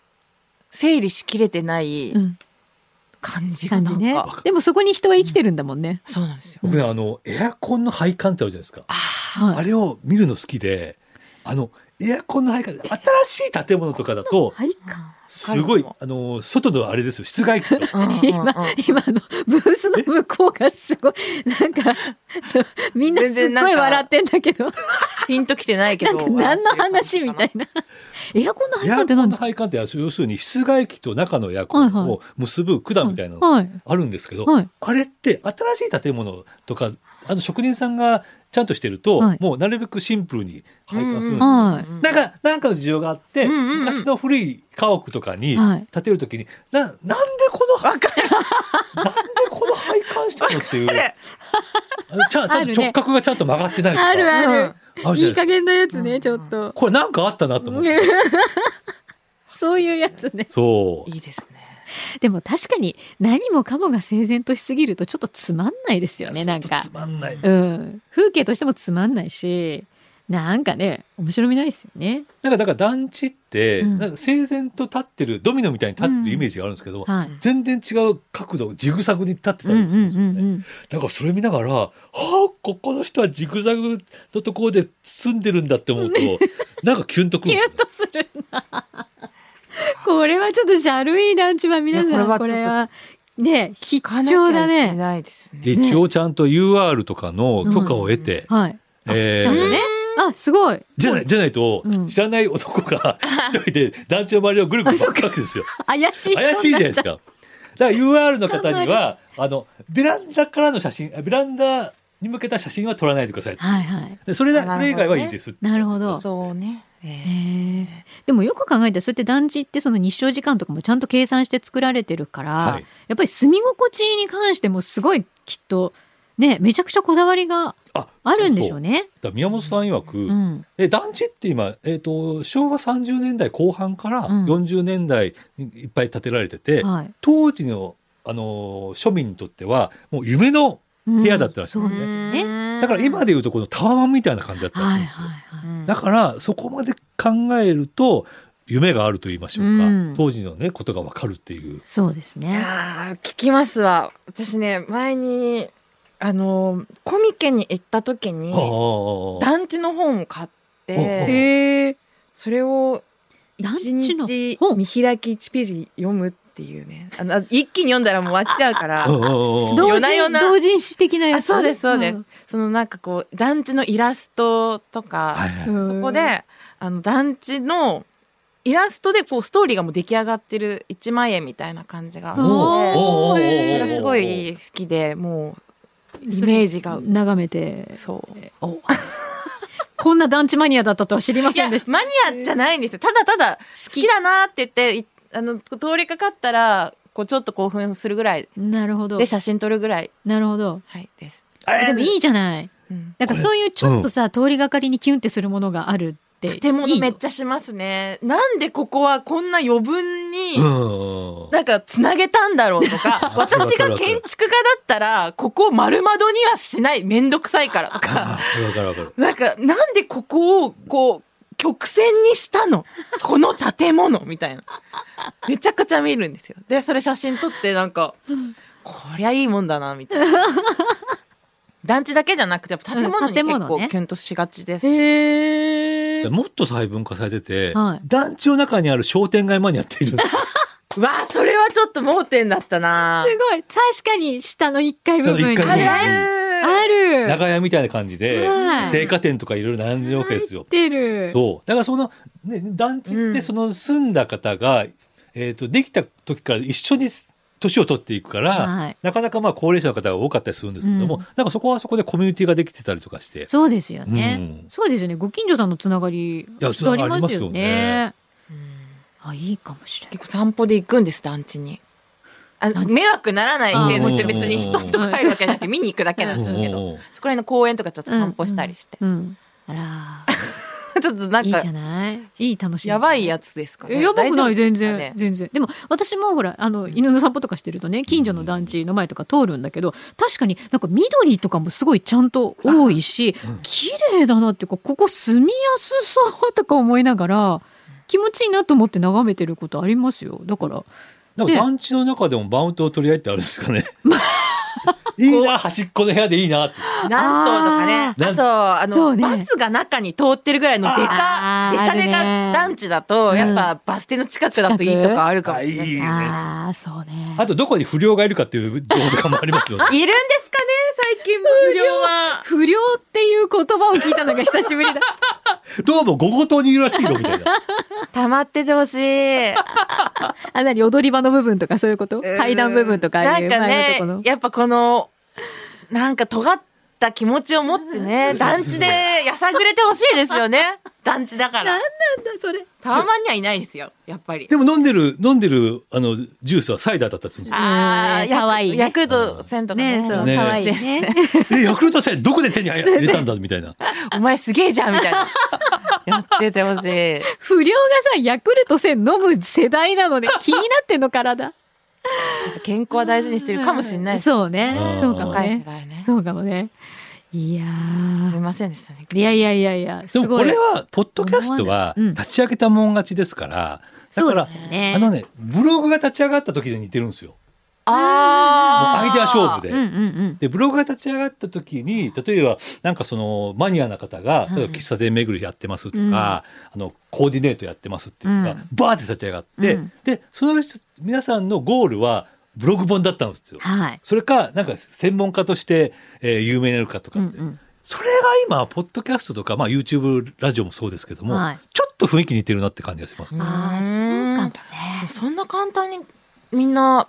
Speaker 5: 整理しきれてない
Speaker 3: うん
Speaker 5: 感じが
Speaker 3: 感
Speaker 5: な
Speaker 3: じ
Speaker 5: んか、
Speaker 3: ね。でもそこに人は生きてるんだもんね。
Speaker 5: そうなんですよ。
Speaker 4: [laughs] 僕ね、あの、エアコンの配管ってあるじゃないですか。
Speaker 3: は
Speaker 4: あ
Speaker 3: い。
Speaker 4: れを見るの好きで、あの、エアコンの配管、新しい建物とかだと、
Speaker 3: はいか。
Speaker 4: すごい、あの、外のあれですよ、室外機
Speaker 3: [laughs]
Speaker 4: とか。
Speaker 5: うんうんうん
Speaker 3: [laughs] 今、今のブースの向こうがすごい、なんか、みんなすっ
Speaker 5: 全然なん
Speaker 3: ごい
Speaker 5: か
Speaker 3: 笑ってんだけど、
Speaker 5: ピンときてないけ
Speaker 3: な
Speaker 5: ど
Speaker 3: ん。か何の話みたいな。エアコンの配
Speaker 4: エ
Speaker 3: 管っ
Speaker 4: ア
Speaker 3: て
Speaker 4: コ
Speaker 3: 何で
Speaker 4: ンの
Speaker 3: すか
Speaker 4: 配管って、要するに室外機と中のエアコ
Speaker 3: は
Speaker 4: ン
Speaker 3: いは
Speaker 4: を結ぶ管みたいなのが
Speaker 3: はい。
Speaker 4: あるんですけど、
Speaker 3: はい
Speaker 4: あれって新しい建物とか、あの職人さんがちゃんとしてると、
Speaker 3: はい
Speaker 4: もうなるべくシンプルに配管するんですよ。
Speaker 3: はい
Speaker 5: うん
Speaker 4: なんか、なんかの事情があって、
Speaker 5: うんうんうん
Speaker 4: 昔の古い家屋とかに
Speaker 3: はい
Speaker 4: 建てるときに、な、なんでこの、なんでこの配管したのっていう、あのちゃんちゃ
Speaker 3: あ
Speaker 4: ん
Speaker 3: る
Speaker 4: と
Speaker 3: ね
Speaker 4: 直角がちゃんと曲がってないとか
Speaker 3: あるある。
Speaker 4: ある
Speaker 3: い
Speaker 4: じゃないで
Speaker 3: い
Speaker 4: すか
Speaker 3: 加減なやつね、ちょっと。
Speaker 4: これなんかあったなと思って。
Speaker 3: そういうやつね。
Speaker 4: そう。
Speaker 5: いいですね。
Speaker 3: でも確かに何もかもが整然としすぎるとちょっとつまんないですよね、なん
Speaker 4: ちょっ
Speaker 3: か
Speaker 4: と。つまんない。
Speaker 3: うん。風景としてもつまんないし、なんかね、面白みないですよね。
Speaker 4: なんか、だから団地って、
Speaker 3: うん
Speaker 4: なんか整然と立ってる、ドミノみたいに立ってるイメージがあるんですけど、
Speaker 3: はい。
Speaker 4: 全然違う角度、ジグザグに立ってた
Speaker 3: うん
Speaker 4: り
Speaker 3: う
Speaker 4: する
Speaker 3: ん
Speaker 4: ん
Speaker 3: う
Speaker 4: ですよね。
Speaker 3: んうん。
Speaker 4: だからそれ見ながら、はあ、ここの人はジグザグのところで住んでるんだって思うと、なんかキュンとく
Speaker 3: キ
Speaker 4: る
Speaker 3: ュ
Speaker 4: んです
Speaker 3: ン
Speaker 4: よ
Speaker 3: とするな。 [laughs] これはちょっとシャルイ団地は皆
Speaker 5: い
Speaker 3: さ
Speaker 5: やこれ
Speaker 3: ん、
Speaker 5: はち
Speaker 3: こ
Speaker 5: ょっと
Speaker 3: れは、ね、貴
Speaker 5: 行かなきゃ
Speaker 3: 重だ
Speaker 5: いけ
Speaker 3: ね。
Speaker 5: ないですね。
Speaker 4: で一応ちゃんと UR とかの許可を得て、
Speaker 3: はい。
Speaker 4: え
Speaker 3: ち
Speaker 4: ー
Speaker 3: ゃんとね。あ、すごい。
Speaker 4: じゃない、じゃないと
Speaker 3: うん、
Speaker 4: 知らない男が一人で団地の周りをぐるぐる回るわけですよ。
Speaker 3: 怪しい人になっちゃう。
Speaker 4: 怪しいじゃないですか。だから UR の方には、あの、ベランダからの写真、ベランダに向けた写真は撮らないでください。
Speaker 3: はいはい。
Speaker 4: でそれ
Speaker 5: あ
Speaker 4: だ、
Speaker 5: な
Speaker 4: そ
Speaker 5: る
Speaker 4: れ以
Speaker 5: ほどね
Speaker 4: 外はいいです。
Speaker 3: なるほど。
Speaker 5: そうね。
Speaker 3: へえでもよく考えたらそうやって団地ってその日照時間とかもちゃんと計算して作られてるから、
Speaker 4: はい
Speaker 3: やっぱり住み心地に関してもすごいきっとねめちゃくちゃこだわりが
Speaker 4: あ
Speaker 3: あるんでしょうね。
Speaker 4: だから宮本さん曰く、
Speaker 3: うん。
Speaker 4: え団地って今、えー、と昭和30年代後半か
Speaker 3: う
Speaker 4: ら
Speaker 3: ん
Speaker 4: 40年代にいっぱい建てられてて、
Speaker 3: はい。
Speaker 4: 当時の、あのー庶民にとってはもう夢の
Speaker 3: 部
Speaker 4: 屋だったらしい
Speaker 3: そうですよね。
Speaker 4: だから今でいうとこのタワマンみたいな感じだったらしい
Speaker 3: は
Speaker 4: ん
Speaker 3: い
Speaker 4: ですよ、
Speaker 3: はいはい。
Speaker 4: だからそこまで考えると夢があると言いましょうか、
Speaker 3: うん
Speaker 4: 当時のねことがわかるっていう
Speaker 3: そうです
Speaker 5: い
Speaker 3: ね。
Speaker 5: やー聞きますわ私ね前にあのーコミケに行った時に
Speaker 4: ああ
Speaker 5: 団地の本を買っ
Speaker 4: お
Speaker 5: て
Speaker 3: へえ。
Speaker 5: それを
Speaker 3: 団
Speaker 5: 一
Speaker 3: 地の
Speaker 5: 日
Speaker 3: 本
Speaker 5: 見開き1ページ読むっていうねあの一気に読んだらもう終わっちゃうか
Speaker 4: [laughs]
Speaker 5: ら
Speaker 4: うんうんうん
Speaker 3: 同
Speaker 5: 夜な夜
Speaker 3: 人
Speaker 5: な
Speaker 3: 同人誌的なや
Speaker 5: あ
Speaker 3: つ。
Speaker 5: そうですそうです、
Speaker 3: ん。
Speaker 5: そのなんかこう団地のイラストとか、
Speaker 4: はいはい
Speaker 3: うん
Speaker 5: そこであの団地のイラストでこうストーリーがもう出来上がってる一枚絵みたいな感じが
Speaker 3: お
Speaker 5: そ
Speaker 3: ー
Speaker 4: おーおーおーおー
Speaker 5: れがすごい好きでもうイ
Speaker 3: それ
Speaker 5: メージが
Speaker 3: 眺めて。
Speaker 5: そう
Speaker 3: お [laughs] こんな団地マニアだったとは知りま
Speaker 5: い
Speaker 3: せ
Speaker 5: や
Speaker 3: んでした。
Speaker 5: マニアじゃないんですよただただ好きだなって言っていあの通りかかったらこうちょっと興奮するぐらい
Speaker 3: なるほど
Speaker 5: で。写真撮るぐらい、
Speaker 3: なるほど。
Speaker 5: はい、です、
Speaker 4: あれ
Speaker 3: でもいいじゃない。
Speaker 5: うん
Speaker 3: なんかそういうちょっとさ、通りがかりにキュンってするものがあるって。
Speaker 5: 建
Speaker 3: い
Speaker 5: 物
Speaker 3: い
Speaker 5: め
Speaker 3: よ
Speaker 5: っちゃしますねなんでここはこんな余分に、
Speaker 4: [laughs] うんうん
Speaker 5: なんかつなげたんだろうと [laughs] か私が建築家だったらここを丸窓にはしないめんどくさいからと
Speaker 4: あ
Speaker 5: [laughs] か
Speaker 4: ーわかるわかる
Speaker 5: なんかなんでここをこう曲線にしたのこの建物みたいなめちゃくちゃ見るんですよでそれ写真撮ってなんかこりゃいいもんだなみたいな団地だけじゃなくてやっぱ建物に
Speaker 3: 建
Speaker 5: 結
Speaker 3: 物ね
Speaker 5: 構キュンとしがちです、
Speaker 3: へー
Speaker 4: もっと細分化されてて、
Speaker 3: はい
Speaker 4: 団地の中にある商店街マニアっているんですよ。
Speaker 5: わあそれはちょっと盲点だったな
Speaker 3: すごい。確かに下の1階部分に
Speaker 4: 下の一階部
Speaker 5: あ
Speaker 3: ね。
Speaker 4: 分
Speaker 5: る
Speaker 3: ある。
Speaker 4: 長屋みたいな感じで
Speaker 3: は、い
Speaker 4: 青果店とかいろいろ並んでるわけですよ
Speaker 3: 入っ。てる。
Speaker 4: そう。だからその、ね、団地っ
Speaker 5: う
Speaker 4: て
Speaker 5: ん
Speaker 4: その住んだ方が、えっ、と、できた時から一緒に年を取っていくから、
Speaker 3: はい
Speaker 4: なかなかまあ高齢者の方が多かったりするんですけども、
Speaker 3: うん
Speaker 4: なんかそこはそこでコミュニティができてたりとかして、
Speaker 3: そうですよね
Speaker 4: う。ん
Speaker 3: そうですよね。ご近所さんのつながり、きっ
Speaker 4: や
Speaker 3: とありますよ
Speaker 4: つながりま
Speaker 3: ね。あ、いいかもしれない。
Speaker 5: 結構散歩で行くんです団地にあの
Speaker 3: 団地
Speaker 5: 迷惑ならない
Speaker 3: あー
Speaker 5: でもちろん別に人と帰るわけじゃなくて見に行くだけなん
Speaker 4: うん
Speaker 5: で
Speaker 4: う
Speaker 5: す
Speaker 4: ん
Speaker 5: け
Speaker 4: う
Speaker 5: ど
Speaker 4: ん
Speaker 5: そこら辺の公園とかちょっと散歩したりして、
Speaker 3: うん。あ
Speaker 5: [laughs] ちょっとな
Speaker 3: ら、い
Speaker 5: ん
Speaker 3: い
Speaker 5: か
Speaker 3: じゃないいい楽しみ。
Speaker 5: やばいやつですかね
Speaker 3: えやばくない全然、
Speaker 5: 大丈夫ですかね
Speaker 3: 全然でも私もほらあの犬の散歩とかしてるとね近所の団地の前とか通るんだけど確かになんか緑とかもすごいちゃんと多いし綺麗だなっていうかここ住みやすそうとか思いながら気持ちいいなと思って眺めてることありますよだから
Speaker 4: なんか団地の中でもバウンドを取り合いってあるんですかね。いいな、端っこの部屋でいいなって。
Speaker 5: 何棟とかねあとあ
Speaker 3: そ
Speaker 5: の、
Speaker 3: うね
Speaker 5: バスが中に通ってるぐらいのデ
Speaker 3: あー
Speaker 5: カデカデ
Speaker 3: あるね
Speaker 5: カ団地だと、やっぱバス停の近くだといいとかあるかもしれない
Speaker 4: あいいよね
Speaker 3: ああそうね
Speaker 4: あとどこに不良がいるかっていう情報とかもあります
Speaker 3: [laughs]
Speaker 4: よね。
Speaker 5: いるんですかね最近無料は
Speaker 3: 不良っていう言葉を聞いたのが久しぶり [laughs] だ
Speaker 4: どうも午後島にいるらしいよみたいな。
Speaker 5: 溜まっててほしい
Speaker 3: あなに踊り場の部分とかそういうこと
Speaker 5: うん
Speaker 3: 階段部分とかああいう
Speaker 5: なんか
Speaker 3: 前の
Speaker 5: ね
Speaker 3: とこの
Speaker 5: やっぱこのなんか尖った気持ちを持ってね団地でやさぐれてほしいですよね団地だか
Speaker 3: なん
Speaker 5: ら
Speaker 3: なんだそれ
Speaker 5: タワマンにはいないですよやっぱり
Speaker 4: でも飲んでる、飲んでる、あの、ジュースはサイダーだったりするんですよ
Speaker 5: あ
Speaker 3: うん
Speaker 5: あ
Speaker 3: 可愛いね
Speaker 5: ヤクルト1000とかね
Speaker 3: ねえそう
Speaker 4: ね
Speaker 3: 可愛いね
Speaker 4: え、ヤクルトさえどこで手に入れたんだみたいな。
Speaker 5: お前すげえじゃんみた
Speaker 3: [laughs]
Speaker 5: いなやっててほしい
Speaker 3: [laughs] 不良がさ、ヤクルト1000飲む世代な [laughs] ので、気になってんの、体。
Speaker 5: 健康は大事にしてるかもしれないです
Speaker 3: そうね
Speaker 4: う。ん
Speaker 3: そうかも
Speaker 5: 若い世
Speaker 3: ね。
Speaker 5: 代ねす
Speaker 3: そうかもね。いや
Speaker 5: みませんでしたね
Speaker 3: ー。いやいやいやいや、 [laughs] す
Speaker 4: でも
Speaker 3: ご
Speaker 4: こ
Speaker 3: い。
Speaker 4: れは、ポッドキャスト
Speaker 3: 思わ
Speaker 4: は
Speaker 3: ないうん
Speaker 4: 立ち上げたもん勝ちですから、だ
Speaker 3: そ
Speaker 4: か
Speaker 3: うで
Speaker 4: ら
Speaker 3: す、よね。
Speaker 4: あのね、ブログが立ち上がった時で似てるんですよ。もう
Speaker 5: あー
Speaker 4: アイデア勝負で。
Speaker 3: うんうん
Speaker 4: で、ブログが立ち上がった時に、例えば、なんかその、マニアな方が、例えば喫茶店巡りやってますとか、
Speaker 3: うん
Speaker 4: あの、コーディネートやってますっていうのが、
Speaker 3: うん
Speaker 4: バーって立ち上がって、
Speaker 3: うん
Speaker 4: で、その人、皆さんのゴールは、ブログ本だったんですよ
Speaker 3: うん。。はい。
Speaker 4: それか、なんか、専門家として、えー有名になるかと
Speaker 3: う
Speaker 4: か
Speaker 3: ん
Speaker 4: って、
Speaker 3: うん。
Speaker 4: それが今、ポッドキャストとか、まあ、YouTube ラジオもそうですけども、
Speaker 3: はい
Speaker 4: ちょっと雰囲気似てるなって感じがします。
Speaker 3: ああ、そうかもね。
Speaker 5: そんな簡単にみんな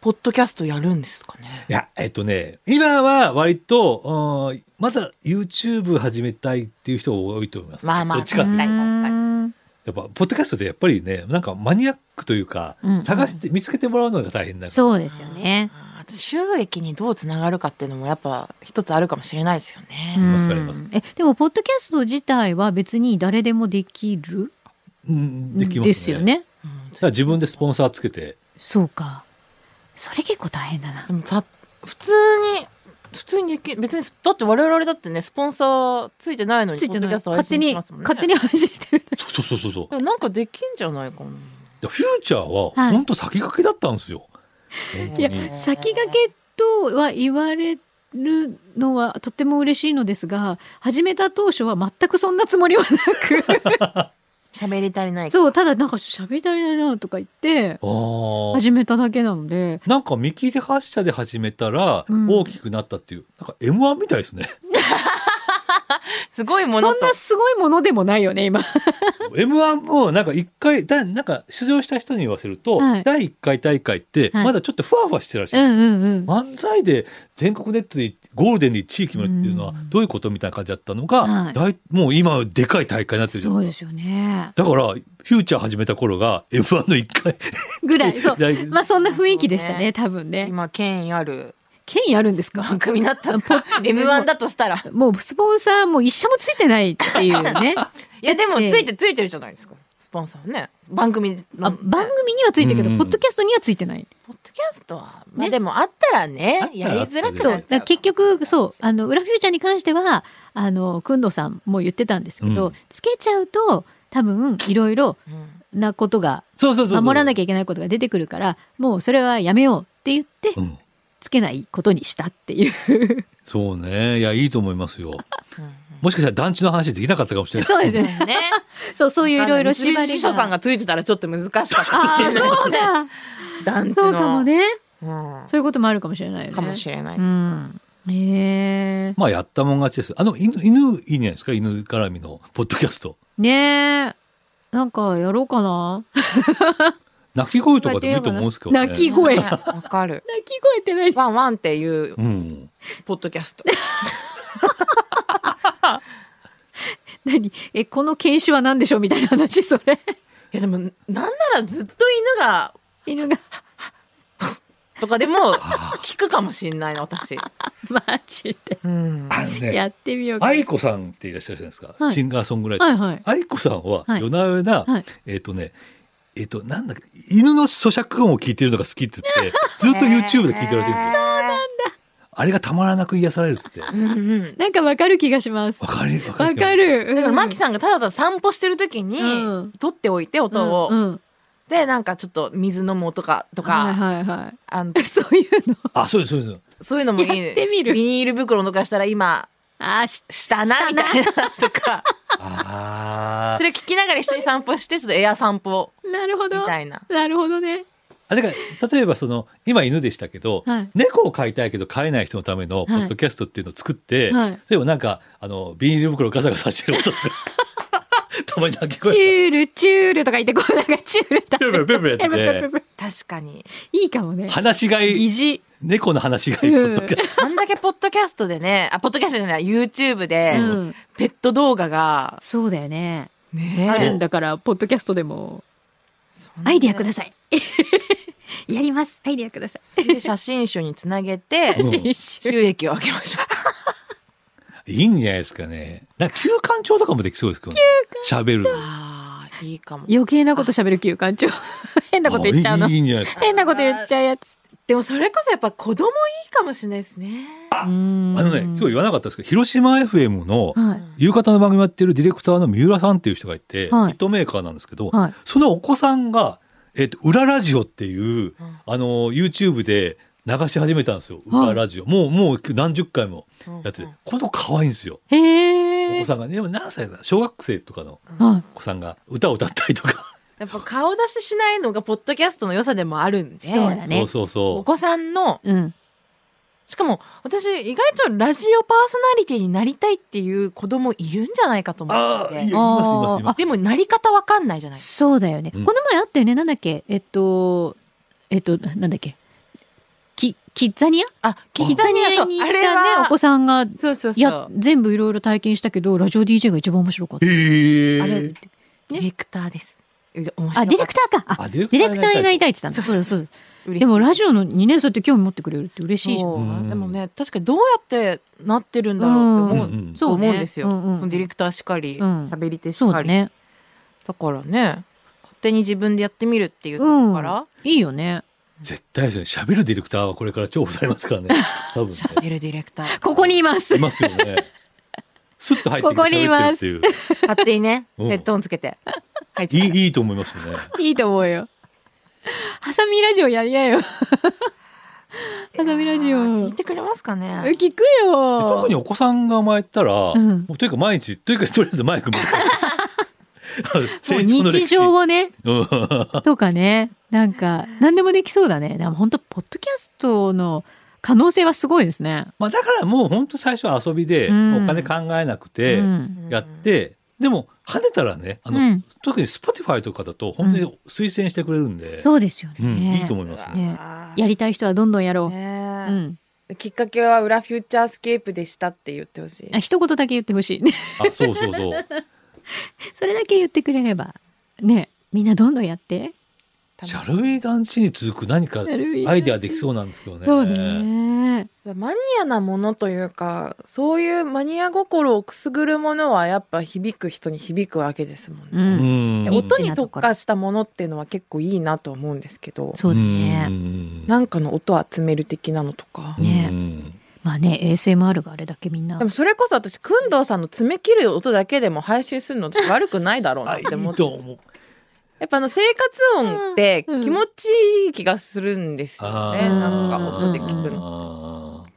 Speaker 5: ポッドキャストやるんですかね
Speaker 4: いや、えっとね、今は割と、うんまだ YouTube 始めたいっていう人が多いと思います。
Speaker 5: まあまあ
Speaker 4: どっちかっていうと
Speaker 5: 確かに確かに
Speaker 3: に。
Speaker 4: やっぱ、ポッドキャストでやっぱりね、なんかマニアックというか、
Speaker 3: うん
Speaker 4: 探して、見つけてもらうのが大変だから。
Speaker 3: そうですよね。
Speaker 5: あ収益にどうつながるかっていうのもやっぱ一つあるかもしれないですよね。
Speaker 4: んますあります
Speaker 3: うんえでもポッドキャスト自体は別に誰でもできる
Speaker 4: うん、できますね。
Speaker 3: ですよ。ね。
Speaker 4: だから自分でスポンサーつけて、
Speaker 3: そうか。それ結構大変だな
Speaker 5: で。もた普通に普通にでき別にだって我々だってねスポンサーついてないのに
Speaker 3: ついてない。
Speaker 5: ポッド
Speaker 3: 勝
Speaker 5: キ
Speaker 3: 手
Speaker 5: ャスト配信
Speaker 3: に、
Speaker 5: しますもんね
Speaker 3: 勝手に配信してる。
Speaker 4: そうそうそ
Speaker 3: [laughs]
Speaker 4: うそう。
Speaker 5: でもなんかできんじゃないかな。
Speaker 4: でフューチャーは、
Speaker 3: はい
Speaker 4: 本当先駆けだったんですよ。
Speaker 5: いや
Speaker 4: 本当に
Speaker 3: 先駆けとは言われるのはとっても嬉しいのですが、始めた当初は全くそんなつもりはな
Speaker 5: 喋り足りない
Speaker 3: く、。そう、ただなんか喋りたいなとか言って、
Speaker 4: ああ。
Speaker 3: 始めただけなので、
Speaker 4: なんか見切り発車で始めたら
Speaker 3: うん
Speaker 4: 大きくなったっていう、なんか M1 みたいですね。 [laughs]
Speaker 5: すごいも
Speaker 3: そ
Speaker 5: の
Speaker 3: ん
Speaker 5: と。
Speaker 3: なすごいものでもないよね、今。
Speaker 4: M1 もなんか一回、だなんか出場した人に言わせると、
Speaker 3: はい
Speaker 4: 第一回大会って
Speaker 3: はい
Speaker 4: まだちょっとふわふわしてらっし
Speaker 3: う
Speaker 4: ゃる。
Speaker 3: んうんうん。
Speaker 4: 漫才で全国ネットでゴールデンで1位決めるっていうのは
Speaker 3: うん
Speaker 4: どういうことみたいな感じだったのが、
Speaker 3: はい
Speaker 4: だいもう今でかい大会になってるじゃん
Speaker 3: そうです
Speaker 4: [laughs]
Speaker 3: よね。
Speaker 4: だから、フューチャー始めた頃が F1 の一回。
Speaker 3: ぐらい、そう。
Speaker 4: [laughs] 大
Speaker 3: まあそんな雰囲気でしたね、
Speaker 5: ね
Speaker 3: 多分ね。
Speaker 5: 今権威ある
Speaker 3: 権威あるんですか
Speaker 5: 番組だったら M1 だとしたら。
Speaker 3: もうスポンサーも一社もついてないっていう [laughs] ね。
Speaker 5: いやでもつ
Speaker 3: ええ
Speaker 5: いてついてるじゃないですか。スポンサーね。番組の
Speaker 3: あ
Speaker 5: ね
Speaker 3: 番組にはついてるけど、
Speaker 4: うん
Speaker 3: ポッドキャストにはついてない。
Speaker 5: ポッドキャストは、まあ
Speaker 3: ね
Speaker 5: でもあったらね
Speaker 4: あったら
Speaker 5: やりづらくなっち
Speaker 3: そ
Speaker 5: ゃ
Speaker 3: う。
Speaker 5: う
Speaker 3: だから結局、そう、あの、裏フューチャーに関しては、あの、くんどさんも言ってたんですけど、
Speaker 4: うん
Speaker 3: つけちゃうと、多分、いろいろ
Speaker 5: うん
Speaker 3: なことが、
Speaker 4: そうそうそうそう。
Speaker 3: 守らなき
Speaker 4: ゃ。
Speaker 3: ゃいけないことが出てくるから、もうそれはやめようって言って、
Speaker 4: うん。
Speaker 3: つけないことにしたっていう。
Speaker 4: [laughs] そうね。いや、いいと思いますよ。
Speaker 5: うんうん
Speaker 4: もしかしたら団地の話できなかったかもしれない。
Speaker 3: そうですよね。
Speaker 5: ね。
Speaker 3: そう、そういういろいろ縛
Speaker 5: 三
Speaker 3: りが。
Speaker 5: 菱地所さんがついてたらちょっと難しかったかも
Speaker 3: あ
Speaker 5: し
Speaker 3: あ、
Speaker 5: れない。
Speaker 3: そう [laughs] だ。
Speaker 5: 団地の。
Speaker 3: そうかもね。
Speaker 5: うん。
Speaker 3: そういうこともあるかもしれないよね。
Speaker 5: かもしれない。
Speaker 3: うん。へえ。
Speaker 4: まあ、やったもん勝ちです。あの、犬、犬、いいじゃないですか犬絡みの、ポッドキャスト。
Speaker 3: ねえ。なんかやろうかな。
Speaker 4: 泣き声とかでもいいと思うんですけどね。
Speaker 3: 泣き声。
Speaker 5: ね
Speaker 3: 泣
Speaker 5: わかる。
Speaker 3: き声ってない。
Speaker 5: ワンワンっていう
Speaker 4: うん。
Speaker 5: ポッドキャスト。
Speaker 3: 何え、この犬種は何でしょうみたいな話、そ
Speaker 5: [laughs]
Speaker 3: れ。
Speaker 5: いやでもなんならずっと犬が
Speaker 3: 犬が。 [laughs]
Speaker 5: とかでも聞くかもしれないな私。
Speaker 3: マジで。
Speaker 5: うん。
Speaker 4: あのね、
Speaker 3: やってみようか。
Speaker 4: 愛子さんっていらっしゃるじゃないですか。
Speaker 3: はい
Speaker 4: シンガーソングライター。
Speaker 3: はいはい。
Speaker 4: 愛子さんは、
Speaker 3: はい
Speaker 4: 夜な夜な、
Speaker 3: はい
Speaker 4: えっ、とね、えっ、と、なんだっけ、犬の咀嚼音を聞いてるのが好きって言って、ずっと YouTube で聞いてるらしいんですよ。あれがたまらなく癒されるっつって。わ
Speaker 5: うんうん。
Speaker 3: なんかわかる気がします。
Speaker 4: かるわか
Speaker 3: わ
Speaker 4: る
Speaker 3: か。る。
Speaker 5: だからマキ
Speaker 3: ん
Speaker 5: さんがただただ散歩してる時に
Speaker 3: うん
Speaker 5: 撮っておいて音を、
Speaker 3: うんうん
Speaker 5: でなんかちょっと水飲もうとかとか、
Speaker 3: はいはいは
Speaker 5: あの
Speaker 3: い。 [laughs] そういうの。
Speaker 5: [laughs]
Speaker 4: あ、そうです、そうです。
Speaker 5: そういうのもいい、
Speaker 3: やってみる
Speaker 5: ビニール袋とかしたら今
Speaker 3: あーし、
Speaker 5: したなみたいなと
Speaker 3: [laughs]
Speaker 5: か
Speaker 4: あ
Speaker 5: それ聞きながら一緒に散歩してちょっとエア散歩
Speaker 3: なるほ
Speaker 5: み
Speaker 3: ど。
Speaker 5: たいな。
Speaker 3: なるほどね。
Speaker 4: あ。だから、例えばその、今犬でしたけど、
Speaker 3: はい
Speaker 4: 猫を飼いたいけど飼えない人のためのポッドキャストっていうのを作って、
Speaker 3: はい
Speaker 4: 例えばなんか、あの、ビニール袋ガサガサしてる音とか、たまに鳴き
Speaker 3: チ
Speaker 4: 声。
Speaker 3: ュール、チュールとか言って、こうなんかチュールだ。
Speaker 4: ペロペロペロペロやってて
Speaker 3: ペロペロペロ
Speaker 5: 確かに。
Speaker 3: [laughs] いいかもね。
Speaker 4: 話しがい、
Speaker 3: 疑似。
Speaker 4: 猫の話しがいポッドキャスト。
Speaker 5: あんだけポッドキャストでね、あ、ポッドキャストじゃない、YouTube で、
Speaker 3: うん
Speaker 5: ペット動画が、
Speaker 3: そうだよね。あるん
Speaker 5: ね
Speaker 3: だから、ポッドキャストでも。
Speaker 5: え
Speaker 3: アイディアくださ
Speaker 5: さ
Speaker 3: い。 [laughs] やります。アイディアください。
Speaker 5: い。で写真集につな
Speaker 3: [laughs]
Speaker 5: げて、
Speaker 4: うん
Speaker 5: 収益を上げましょ
Speaker 4: いいんじゃないですかね。なんか休館長とかもできそうですけどね。喋る。
Speaker 5: う。ああ、いいかも。
Speaker 3: 余計なこと喋る休館長。 [laughs] 変なこと言っちゃう
Speaker 4: あ
Speaker 3: の
Speaker 4: いい。いいんじゃないですか。
Speaker 3: 変なこと言っちゃうやつ。
Speaker 5: でもそれこそやっぱ子供いいかもしれないですね。
Speaker 3: あ
Speaker 4: あの
Speaker 3: の
Speaker 4: ね、今日言わなかったですけど、広島 FM の
Speaker 3: はい。
Speaker 4: 夕方の番組やってるディレクターの三浦さんっていう人がいて、
Speaker 3: はい
Speaker 4: ヒットメーカーなんですけど、
Speaker 3: はい
Speaker 4: そのお子さんが、えっ、と、裏ラジオっていう、
Speaker 5: ん
Speaker 4: あの、YouTube で流し始めたんですよ。裏ラジオ。もう、もう何十回もやって
Speaker 5: う
Speaker 4: て
Speaker 5: んうん、
Speaker 4: この子可愛いんですよ。お
Speaker 3: へ
Speaker 4: 子
Speaker 3: え。
Speaker 4: さんがね、でも何歳だ小学生とかの
Speaker 3: はい
Speaker 4: お子さんが歌を歌ったりとか。
Speaker 5: やっぱ顔出ししないのがポッドキャストの良さでもあるんで。
Speaker 3: そうだね
Speaker 4: そうそう
Speaker 5: お
Speaker 4: そ
Speaker 5: 子さんの、
Speaker 3: うん。
Speaker 5: しかも私意外とラジオパーソナリティになりたいっていう子供いるんじゃないかと
Speaker 4: う。
Speaker 5: 思
Speaker 4: あ
Speaker 5: っ
Speaker 4: あ、
Speaker 5: て
Speaker 4: いいよ、言います、言います、言い
Speaker 3: あ
Speaker 4: ま
Speaker 3: ー
Speaker 5: でもなり方わかんないじゃないですか。
Speaker 3: そうだよね。こ
Speaker 4: うん
Speaker 3: の前あったよね。なんだっけえっと、えっと、なんだっけキ、キッザニア
Speaker 5: あ、
Speaker 3: キ
Speaker 5: 聞い
Speaker 3: ッ
Speaker 5: た
Speaker 3: ザニ
Speaker 5: ね。
Speaker 3: ア
Speaker 5: そう
Speaker 3: に行
Speaker 5: あ
Speaker 3: っ
Speaker 5: れ
Speaker 3: たね、お
Speaker 5: は
Speaker 3: 子さんが。
Speaker 5: そうそう
Speaker 3: い
Speaker 5: そ
Speaker 3: や
Speaker 5: う。、
Speaker 3: 全部いろいろ体験したけど、ラジオ DJ が一番面白かった
Speaker 4: す。。へえ。
Speaker 5: あれ
Speaker 3: ね
Speaker 5: ディレクターです。う面白か
Speaker 3: あ、
Speaker 5: った
Speaker 3: ディレクターか。あ、
Speaker 4: あ
Speaker 3: ディレクターになり
Speaker 4: い。
Speaker 3: たいって言ってたの。
Speaker 5: そうそうそう
Speaker 3: そう
Speaker 5: 嬉しい
Speaker 3: でもラジオの2年生って興味持ってくれるって嬉しいじゃん
Speaker 5: そ
Speaker 4: う
Speaker 5: う
Speaker 4: ん
Speaker 5: でもね確かにどうやってなってるんだろうって思う,、
Speaker 4: うんうん
Speaker 5: と思う
Speaker 3: ね
Speaker 5: んですよ、
Speaker 3: うんうん
Speaker 5: そのディレクターしかり
Speaker 3: うん
Speaker 5: 喋、り手し
Speaker 3: そう
Speaker 5: か
Speaker 3: だ
Speaker 5: り
Speaker 3: ね
Speaker 5: だからね勝手に自分でやってみるっていうところから
Speaker 3: いいよね
Speaker 4: 絶対ですね。喋るディレクターはこれから重宝されますか
Speaker 3: [laughs]
Speaker 4: らね。多分ね。
Speaker 5: 喋、るディレクター
Speaker 3: ここにいます
Speaker 4: いますよね。スッと入ってきて喋ってるっていう。
Speaker 5: 勝手にね
Speaker 4: うん
Speaker 5: ヘッドホンつけて入っちゃった
Speaker 4: いい、いいと思いますよね。
Speaker 3: [laughs] いいと思うよハサミラジオやりな
Speaker 5: [laughs]
Speaker 3: よハサミラジオ
Speaker 5: あー聞いてくれますかね
Speaker 3: 聞くよ
Speaker 4: 特にお子さんが生まれたら、
Speaker 3: ん
Speaker 4: もうというか毎日、というかとりあえずマイク持ってあの
Speaker 3: [laughs] もう
Speaker 4: 成長の歴
Speaker 3: 日
Speaker 4: 史
Speaker 3: 常をね
Speaker 4: うん
Speaker 3: [laughs] とかねなんか何でもできそうだねでも本当ポッドキャストの可能性はすごいですね、
Speaker 4: まあだからもう本当最初は遊びで、
Speaker 3: うん
Speaker 4: お金考えなくて
Speaker 3: うん
Speaker 4: やって、でも跳ねたらね、あの、
Speaker 3: うん
Speaker 4: 特に Spotify とかだと本当に推薦してくれるんで、
Speaker 3: そうですよね、
Speaker 4: うんいいと思いますね。
Speaker 3: ね
Speaker 5: あー
Speaker 3: やりたい人はどんどんやろう、
Speaker 5: ね
Speaker 3: う
Speaker 5: え
Speaker 3: ん、
Speaker 5: きっかけは裏フューチャースケープでしたって言ってほしい
Speaker 3: あ一言だけ言ってほしいね [laughs]
Speaker 4: あ、そうそうそう。
Speaker 3: それだけ言ってくれればねみんなどんどんやって
Speaker 5: 多分
Speaker 4: シャルウィー団地に続く何か
Speaker 3: やるよ
Speaker 4: アイデアできそうなんですけどね。
Speaker 3: そうね
Speaker 5: マニアなものというかそういうマニア心をくすぐるものはやっぱ響く人に響くわけですもん
Speaker 3: う
Speaker 5: ね。
Speaker 3: ん、
Speaker 4: ん
Speaker 5: で
Speaker 3: うん
Speaker 5: 音に特化したものっていうのは結構いいなと思うんですけど
Speaker 3: そうだ
Speaker 4: う
Speaker 3: ね
Speaker 4: ん
Speaker 5: なんかの音集める的なのとか。
Speaker 3: ね
Speaker 4: うん
Speaker 3: まあね ASMR があれだけみんな
Speaker 5: でもそれこそ私工藤さんの爪切る音だけでも配信するの私悪くないだろう
Speaker 4: あ、
Speaker 5: なっ
Speaker 4: いい [laughs]
Speaker 5: て思って
Speaker 4: と思う。
Speaker 5: やっぱあの生活音って気持ちいい気がするんですよね、
Speaker 4: あー
Speaker 5: なんか音で聞く
Speaker 4: あ
Speaker 5: の。
Speaker 4: ー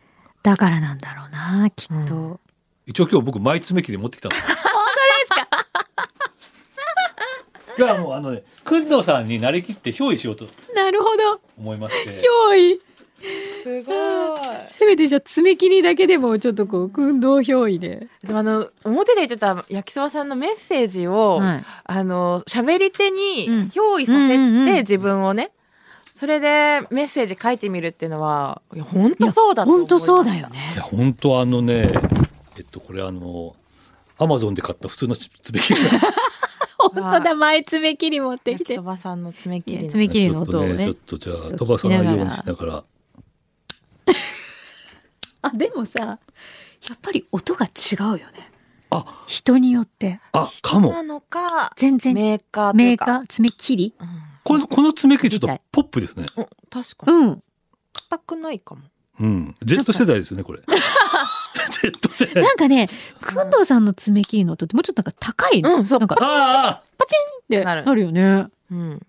Speaker 3: だからなんだろうなきっと、
Speaker 5: う
Speaker 4: 一応今日僕マイ爪切り持ってきたの。本当ですか。いやもうあのね、くんどうさんになりきって憑依しようと
Speaker 3: なるほど
Speaker 4: 思いまして。
Speaker 3: 憑依
Speaker 5: すごい
Speaker 3: せめてじゃあ爪切りだけでもちょっとこう運動憑依で、
Speaker 5: でもあの表で言ってた焼きそばさんのメッセージを、
Speaker 3: はい
Speaker 5: あの喋り手に
Speaker 3: うん
Speaker 5: 憑依さ
Speaker 3: うんうんう
Speaker 5: せ
Speaker 3: ん
Speaker 5: て自分をねそれでメッセージ書いてみるっていうのはいや本当そうだと思い
Speaker 3: 本
Speaker 5: ました
Speaker 3: 当そうだよね
Speaker 4: いや本当あのね、えっとこれあのアマゾンで買った普通の爪切り。
Speaker 3: 本当だ前爪切り持ってき
Speaker 5: 焼き
Speaker 3: て
Speaker 5: そばさんの爪
Speaker 3: い
Speaker 5: 切り
Speaker 3: や
Speaker 5: の
Speaker 3: 爪切りの音をね
Speaker 4: ちょっとじゃあ飛ばさないようにしながら。
Speaker 3: あでもさやっぱり音が違うよね
Speaker 4: あ、
Speaker 3: 人によって
Speaker 4: あ、かも
Speaker 5: な。のか
Speaker 3: 全然メ
Speaker 5: メーカーとい
Speaker 3: ー
Speaker 5: うか
Speaker 3: カー爪切り
Speaker 4: このこの爪切りちょっとポップですね。
Speaker 5: うん、お確かに
Speaker 3: うん
Speaker 5: 硬くないかも
Speaker 4: うん。Z 世代ですよねこれ。Z 世代。
Speaker 3: なんかね工藤さんの爪切りの音ってもうちょっとなんか高いの、
Speaker 5: うんそう
Speaker 3: なんかパ
Speaker 4: あ
Speaker 3: チンって
Speaker 5: な
Speaker 3: な
Speaker 5: る
Speaker 3: るよね
Speaker 5: うん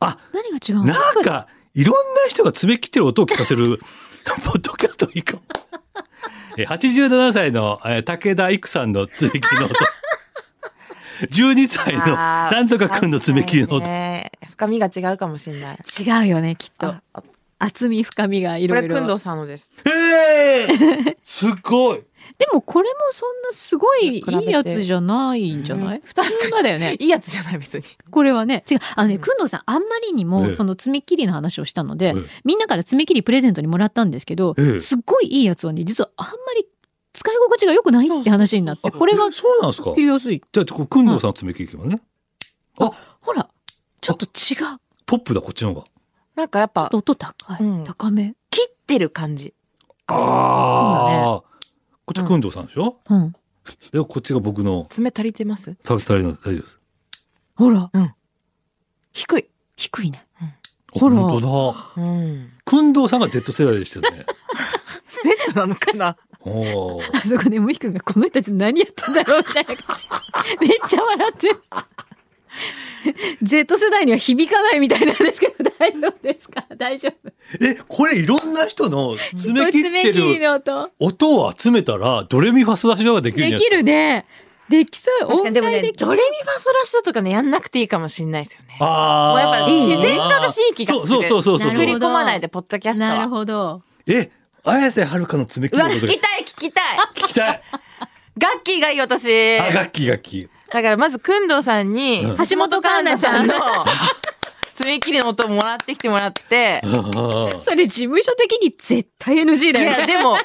Speaker 4: あああ。
Speaker 3: 何が違うの
Speaker 4: なんか、いろんな人が爪切ってる音を聞かせる、 [laughs] ポッドキャストいいかも。えー87歳のえー武田育さんの爪切りの音。12歳の
Speaker 5: あ
Speaker 4: [laughs]
Speaker 5: ー
Speaker 4: なんとかくんの爪切りの
Speaker 5: 確
Speaker 4: 音。
Speaker 5: かにね深みが違うかもしれない
Speaker 3: 違うよねきっと
Speaker 5: ああこ
Speaker 3: 厚み深みがいろ
Speaker 5: れ
Speaker 3: いろ
Speaker 5: くんどうさんのです
Speaker 4: えー、 [laughs] すごい
Speaker 3: でもこれもそんなすごいい
Speaker 5: 比べて
Speaker 3: いやつじゃないんじゃない普通のだよね。
Speaker 5: いいやつじゃない別に
Speaker 3: これはね。違う。あのね、
Speaker 5: うん
Speaker 3: くんどうさんあんまりに
Speaker 4: え
Speaker 3: も
Speaker 4: え
Speaker 3: その爪切りの話をしたので、
Speaker 4: ええ
Speaker 3: みんなから爪切りプレゼントにもらったんですけど、
Speaker 4: ええ
Speaker 3: すっごいいいやつはね、実はあんまり使い心地が良くないって話になって、
Speaker 4: あ
Speaker 3: これが
Speaker 4: えそうなんですか
Speaker 3: 切りやすい。
Speaker 4: じゃあ、こうくんのさんの爪切りいきますね。
Speaker 3: ほら、ちょっと違う。
Speaker 4: ポップだ、こっちの方が。
Speaker 5: [laughs] なんかやっぱ
Speaker 3: 音高い。
Speaker 5: うん
Speaker 3: 高め。
Speaker 5: 切ってる感じ
Speaker 4: ああ、こっちはくんどうさんでしょ、
Speaker 3: うん。
Speaker 4: で、こっちが僕の、
Speaker 5: 爪足りてます
Speaker 4: 食べたいの大丈夫です。
Speaker 3: ほら、
Speaker 5: 低い
Speaker 3: 低いね。
Speaker 4: あ
Speaker 3: ほら
Speaker 4: 本当だ。
Speaker 5: うん
Speaker 4: くんどうさんが Z 世代でしたよ
Speaker 5: [laughs]
Speaker 4: ね。
Speaker 5: Z なのかな
Speaker 4: おー
Speaker 3: あそこね、むひくんがこの人たち何やってんだろうみたいな感じ。 [laughs] めっちゃ笑ってる。Z 世代には響かないみたいなんですけど、大丈夫ですか大丈夫。
Speaker 4: え、これいろんな人の爪切って
Speaker 3: 爪切り
Speaker 4: る
Speaker 3: の音。
Speaker 4: 音を集めたら、ドレミファソラシドができるん
Speaker 3: で
Speaker 4: じゃない
Speaker 3: きるね。できそう。
Speaker 5: 確か [laughs] にでも
Speaker 3: 音階
Speaker 5: ね
Speaker 3: き
Speaker 5: ドレミファソラシドとかねやんなくていいかもしんないですよねもうやっ
Speaker 4: あ
Speaker 5: ぱ
Speaker 4: あ。
Speaker 5: 自然と私いい気がする
Speaker 4: そうそうそうそう
Speaker 3: な
Speaker 4: そ
Speaker 5: 作
Speaker 3: る
Speaker 5: り
Speaker 3: ほ
Speaker 4: う。
Speaker 5: 込
Speaker 3: ど
Speaker 5: まないでポッドキャスト
Speaker 3: なる
Speaker 5: は
Speaker 3: ほど。
Speaker 4: え、綾瀬はるかの爪切
Speaker 5: う
Speaker 4: り
Speaker 5: わ
Speaker 4: の音
Speaker 5: 聞
Speaker 4: が
Speaker 5: [laughs] きたい聞きたい
Speaker 4: 聞きたい。
Speaker 5: ガッキーがいい私
Speaker 4: あ、
Speaker 5: だ
Speaker 4: 楽器楽
Speaker 5: [laughs]
Speaker 4: 器。
Speaker 5: からまずくんどうさんに
Speaker 4: うん
Speaker 5: 橋本環奈さんの [laughs] 爪切りの音をもらってきてもらって
Speaker 4: あー
Speaker 3: それ事務所的に絶対 NG
Speaker 5: い
Speaker 3: だよ
Speaker 5: [laughs] や
Speaker 3: ね。
Speaker 5: でも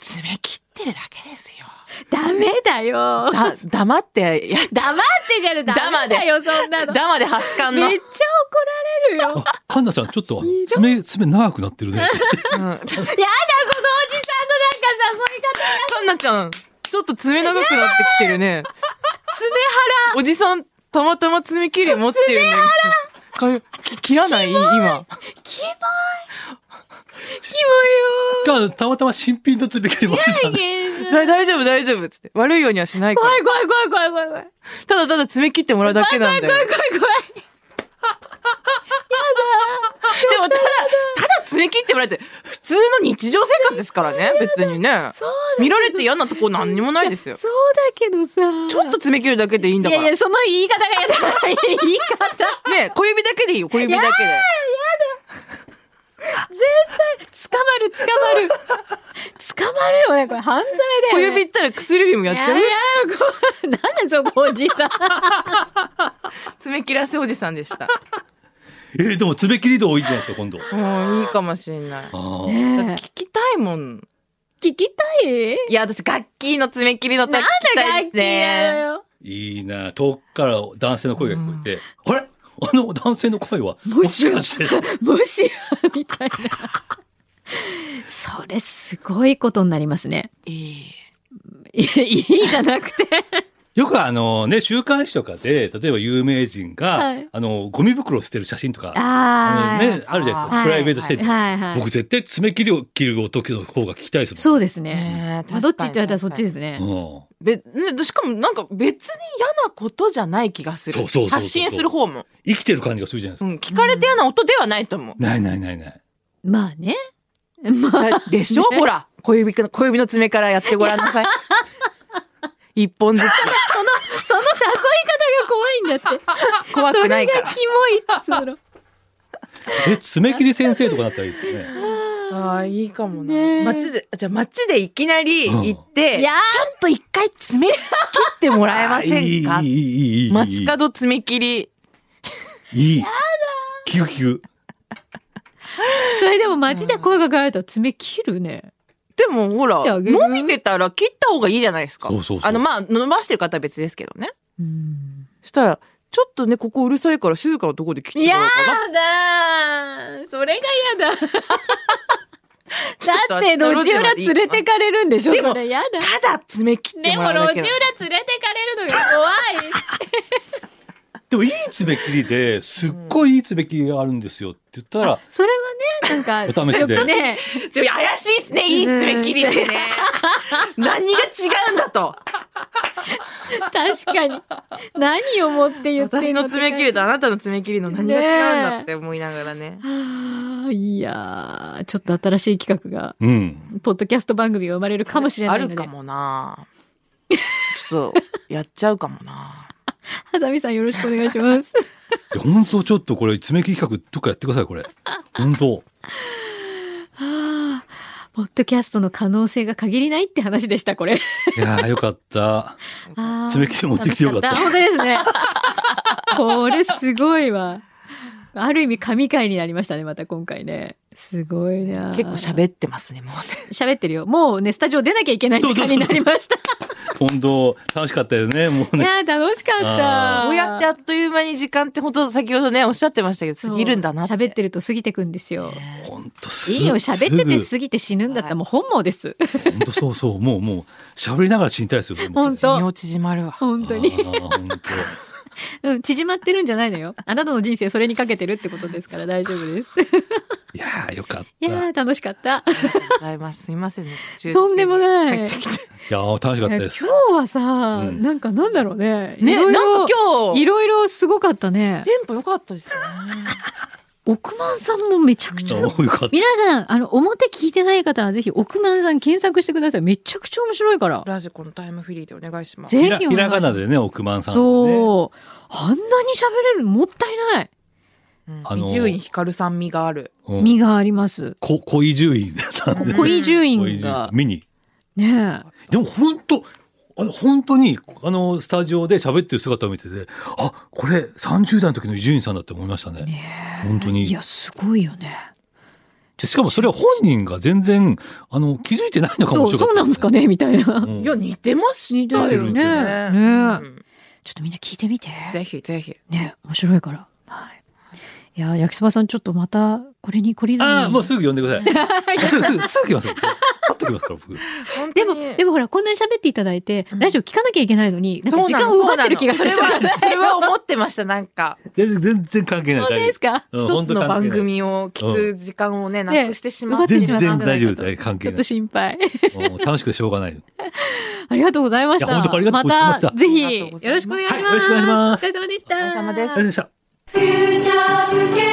Speaker 5: 爪切ってるだけですよ
Speaker 3: ダメだよ。
Speaker 5: だ、黙って、いや、
Speaker 3: 黙ってじゃねえダメだよ、そんなの。
Speaker 5: 黙で端かんの。
Speaker 3: めっちゃ怒られるよ。やだ、このお
Speaker 4: あ、カンナちゃん、ちょっと、爪、爪長くなってる
Speaker 5: [laughs]
Speaker 4: ね。
Speaker 5: うんちょ
Speaker 3: じさんのなんかさ、そういう方。
Speaker 5: カンナちゃん、ちょっと爪長くなってきてるね。
Speaker 3: 爪
Speaker 5: おじさん、たまたま爪切り持ってるんだけど。かき切らない今。
Speaker 3: 腹、キモい。キモ
Speaker 4: カンナたまたま新品の爪切り持ってたんで。
Speaker 3: いよ。
Speaker 5: だ大丈夫、大丈夫っつって。悪いようにはしない
Speaker 3: [laughs]
Speaker 5: か
Speaker 3: 怖
Speaker 5: ら
Speaker 3: い。怖い怖い怖い怖い怖い。
Speaker 5: ただただ爪切ってもらうだけ
Speaker 3: 怖
Speaker 5: ないんだ
Speaker 3: 怖い
Speaker 5: よ。
Speaker 3: 怖い怖い。
Speaker 5: でもただ、ただ爪切ってもらうって、普通の日常生活ですからね、別にね。
Speaker 3: そうだ
Speaker 5: 見られて嫌なとこ何にもないですよ。
Speaker 3: そうだけどさ。
Speaker 5: ちょっと爪切るだけでいいんだ
Speaker 3: い
Speaker 5: か
Speaker 3: やい
Speaker 5: ら。ね
Speaker 3: や、その言い方がやだ。 [laughs] 言い方。
Speaker 5: 小指だけでいいよ、小指だけで。
Speaker 3: 捕まる、 [laughs] 捕まる。捕まるよね、これ犯罪
Speaker 5: 小
Speaker 3: だよ、ね。
Speaker 5: 指いったら薬指もやっ
Speaker 3: やっ
Speaker 5: ち
Speaker 3: ち
Speaker 5: ゃ
Speaker 3: ゃ
Speaker 5: う
Speaker 3: う。 [laughs] なんでそこおじ
Speaker 5: [laughs]
Speaker 3: さん。
Speaker 5: 爪切らせおじさんで [laughs] した。
Speaker 4: えーでも爪切り道いいじゃないですか、今度。
Speaker 5: もういいかもしれない。だ
Speaker 4: あー
Speaker 5: って
Speaker 3: ね
Speaker 5: 聞きたいもん。
Speaker 3: え聞きたい
Speaker 5: いや、私、楽器の爪切りの音
Speaker 3: な
Speaker 5: 聞
Speaker 3: ん
Speaker 5: き
Speaker 3: だ
Speaker 5: たい
Speaker 3: 楽
Speaker 5: です
Speaker 3: 器や
Speaker 5: ね。
Speaker 3: よ。
Speaker 4: いいな遠くから男性の声が聞こえて、あれ [laughs] あの男性の声は、もしかして、
Speaker 3: もしや、みたいな。それすごいことになりますね。いやいいじゃな
Speaker 5: [laughs]
Speaker 3: くて。
Speaker 4: よくあのね、週刊誌とかで、例えば有名人が、
Speaker 3: はい
Speaker 4: あの、ゴミ袋を捨てる写真とか、
Speaker 3: あ
Speaker 4: あ
Speaker 3: あ。
Speaker 4: のね、あるじゃないです
Speaker 3: は
Speaker 4: か。
Speaker 3: い
Speaker 4: プライベートステージ。
Speaker 3: はいはい。
Speaker 4: 僕絶対爪切りを切る音の方が聞きたいですもん。
Speaker 3: そうですね。
Speaker 5: ねえ
Speaker 3: まあ、どっちって言われたらそっちで
Speaker 5: 確
Speaker 3: すね。
Speaker 4: うん
Speaker 5: かにべねしかもなんか別に嫌なことじゃない気がす
Speaker 4: そう
Speaker 5: る
Speaker 4: そうそうそう
Speaker 5: 発信する方も、
Speaker 4: 生きてる感じがするじゃないです
Speaker 5: う
Speaker 4: か。
Speaker 5: ん、聞かれて嫌な音ではないと [laughs] 思う、
Speaker 4: ないないないない。
Speaker 3: まあね。まあ、
Speaker 5: だでしょ、ほら小指か小指の爪からやってごらんなさい [laughs] 一本ずつ
Speaker 3: その、その誘い方が怖いんだって。
Speaker 5: 怖くないか
Speaker 3: それがキモいっつうの。
Speaker 4: え、爪切り先生とかなったらいいですね。
Speaker 5: らああいいかもな、
Speaker 3: ねえ
Speaker 5: 街でじゃあ街でいきなり行って、
Speaker 3: うんい
Speaker 5: ちょ
Speaker 3: やー
Speaker 5: っと一回爪切ってもらえませんか
Speaker 4: いい、いい、いい、いい。
Speaker 5: 街角爪切り
Speaker 4: いい。聞く聞く。
Speaker 3: それでも街で声がかかると爪切るね。
Speaker 5: でもほら
Speaker 3: てあげる
Speaker 5: 伸びてたら切った方がいいじゃないですか
Speaker 4: そうそうそう
Speaker 5: あのまあ伸ばしてる方は別ですけどね
Speaker 3: うん。
Speaker 5: したら、ちょっとね、ここうるさいから静かなとこで切ってもらおうかな。
Speaker 3: だーそれがやだ。
Speaker 5: ちょと
Speaker 3: だって路地裏連れてかれるんでしょ
Speaker 5: でも
Speaker 3: それやだ。
Speaker 5: ただ爪切って
Speaker 3: で
Speaker 5: も
Speaker 3: も
Speaker 5: ら
Speaker 3: 路
Speaker 5: うだ
Speaker 3: 地裏連
Speaker 5: け
Speaker 3: れ
Speaker 5: な
Speaker 3: てかれる
Speaker 5: の
Speaker 3: のが怖
Speaker 5: [laughs]
Speaker 3: い。
Speaker 4: でもいい爪切りで、すっごいいい爪切りがあるんですよって言ったら、
Speaker 3: それはね、なんか、
Speaker 4: お試しで
Speaker 3: ちょっとね、
Speaker 5: でも怪しいっすね、いい爪切りってね。 [laughs] 何が違うんだと。
Speaker 3: 確かに。何をもって言って
Speaker 5: 私
Speaker 3: んの
Speaker 5: の爪切りとあなたの爪切りの何が違うんだって思いながら [laughs] ね。
Speaker 3: はあいやー、ちょっと新しい企画が、
Speaker 4: うん。
Speaker 3: ポッドキャスト番組が生まれるかもしれな
Speaker 5: あ
Speaker 3: いので。
Speaker 5: るかもなちょっと、やっちゃうかもな
Speaker 3: はざみさんよろしくお願いします。
Speaker 4: いや本当ちょっとこれ、爪切り企画、どっかやってください、これ。本当
Speaker 3: ポッドキャストの可能性が限りないって話でした、これ。
Speaker 4: いやー、よかった。
Speaker 3: あー
Speaker 4: 爪切り持ってきてよかった
Speaker 3: 楽し本当です
Speaker 4: [laughs]
Speaker 3: ね。これすごいわ。ある意味神回になりましたね、また今回ね。すごいな。
Speaker 5: 結構喋ってますね、もうね。
Speaker 3: 喋ってるよ。もうね、スタジオ出なきゃいけない時間になりました。
Speaker 4: 本当楽しかったよね、もう
Speaker 3: い
Speaker 4: ね。
Speaker 3: やー、楽しかった。
Speaker 4: あ
Speaker 5: こうやってあっという間に時間って本当先ほどね、おっしゃってましたけど、過ぎるんだなって。
Speaker 3: 喋ってると過ぎてくんですよ。
Speaker 4: 本当す
Speaker 3: いいよ、喋ってて
Speaker 4: す
Speaker 3: 過ぎて死ぬんだったらもう本望です。
Speaker 4: ぐ。本当そうそう、もうもう喋りながら死にたいですよ。
Speaker 3: 本当
Speaker 5: 身を縮まる
Speaker 3: [laughs]
Speaker 5: わ。
Speaker 3: 本当に。
Speaker 4: あー [laughs] 本当
Speaker 3: うん、縮まってるんじゃないのよ。あなたの人生それにかけてるってことですから大丈夫
Speaker 4: [laughs]
Speaker 3: です。
Speaker 4: いやーよかった。
Speaker 3: いやー、楽しかった。
Speaker 5: ありがとうございます。すいませんね。途中
Speaker 3: とんでもない
Speaker 5: 入って
Speaker 4: い
Speaker 5: きて
Speaker 4: やー楽しかった
Speaker 3: 今
Speaker 4: です
Speaker 3: 日。はさ、
Speaker 4: うん
Speaker 3: なんかなんだろうね。い
Speaker 5: ね、
Speaker 3: ろい
Speaker 5: なん
Speaker 3: ろ
Speaker 5: か今
Speaker 3: い
Speaker 5: 日、
Speaker 3: ろいろすごかったね
Speaker 5: テ。ンポ良かったですね。
Speaker 3: 億万さんもめちゃくちゃ。
Speaker 4: あーよかった。
Speaker 3: 皆さん、あの、表聞いてない方はぜひ億万さん検索してください。めちゃくちゃ面白いから。
Speaker 5: ラジコのタイムフリーでお願いします。
Speaker 3: ぜ
Speaker 4: ひ
Speaker 3: ひ
Speaker 4: らひらがなでね、億万さんのね。
Speaker 3: そう。あんなに喋れるのもったいない。
Speaker 5: うん
Speaker 4: あのー
Speaker 5: 伊集院光さん味がある。
Speaker 4: うん
Speaker 3: 身があります。
Speaker 4: こ小伊集院さんで。
Speaker 3: 小伊集
Speaker 4: 小伊
Speaker 3: 院
Speaker 4: 集院
Speaker 3: が。
Speaker 4: ミニ。
Speaker 3: ねえ。
Speaker 4: でも本当あの本当にあのスタジオで喋ってる姿を見てて、あこれ30代の時の伊集院さんだって思いましたね。本当に
Speaker 3: いや、すごいよね。
Speaker 4: でしかもそれは本人が全然、あの、気づいてないのかも
Speaker 3: そう、
Speaker 4: しれない。
Speaker 3: そうなんですかねみたいな。ちょ
Speaker 4: うん。
Speaker 5: いや、似てます
Speaker 3: 似てる
Speaker 4: よね
Speaker 3: ね
Speaker 5: うん
Speaker 3: っとみんな聞いてみて。
Speaker 5: ぜひぜひ。
Speaker 3: ね、面白いから。はい。いやー、焼きそばさん、ちょっとまた、これに懲りずに。
Speaker 4: ああ、もうすぐ呼んで
Speaker 3: [laughs]
Speaker 4: ください。すぐ、すぐ、すぐ来ますよ。パッと来ますから、僕。
Speaker 3: でも、で
Speaker 5: も、
Speaker 3: もほら、こんなに喋っていただいて、
Speaker 5: うん
Speaker 3: ラジオ聞かなきゃいけないのに、なんか
Speaker 5: そう
Speaker 3: 時
Speaker 5: な
Speaker 3: 間
Speaker 5: の
Speaker 3: を奪ってる気がしてしまう
Speaker 5: そ。れはそれは思ってました、なんか。
Speaker 4: 全然、全然関係ない。
Speaker 3: 本当ですか
Speaker 4: うん
Speaker 5: 一つの番
Speaker 4: 本当関係ない
Speaker 5: 組を聞く時間をね、なくしてしま
Speaker 3: ね
Speaker 5: っ
Speaker 3: 奪
Speaker 5: て
Speaker 3: って
Speaker 4: 全
Speaker 3: しまった
Speaker 4: 然大丈夫です。
Speaker 3: [laughs]
Speaker 4: 関
Speaker 3: ちょっ
Speaker 4: 係な
Speaker 3: と
Speaker 4: い。
Speaker 3: 心配。
Speaker 4: もう楽しくてしょう
Speaker 3: [laughs]
Speaker 4: がない。
Speaker 3: ありがとうございました。
Speaker 4: いや本当ありがとうございました
Speaker 3: たぜひ、
Speaker 5: ありがとうございます
Speaker 3: よろしくお願いします。
Speaker 4: はいよろしくお願いします
Speaker 3: お疲れ様でした。
Speaker 5: お疲れ様でし
Speaker 4: ありがとうござ
Speaker 5: た
Speaker 4: いました。
Speaker 6: フューチャースケ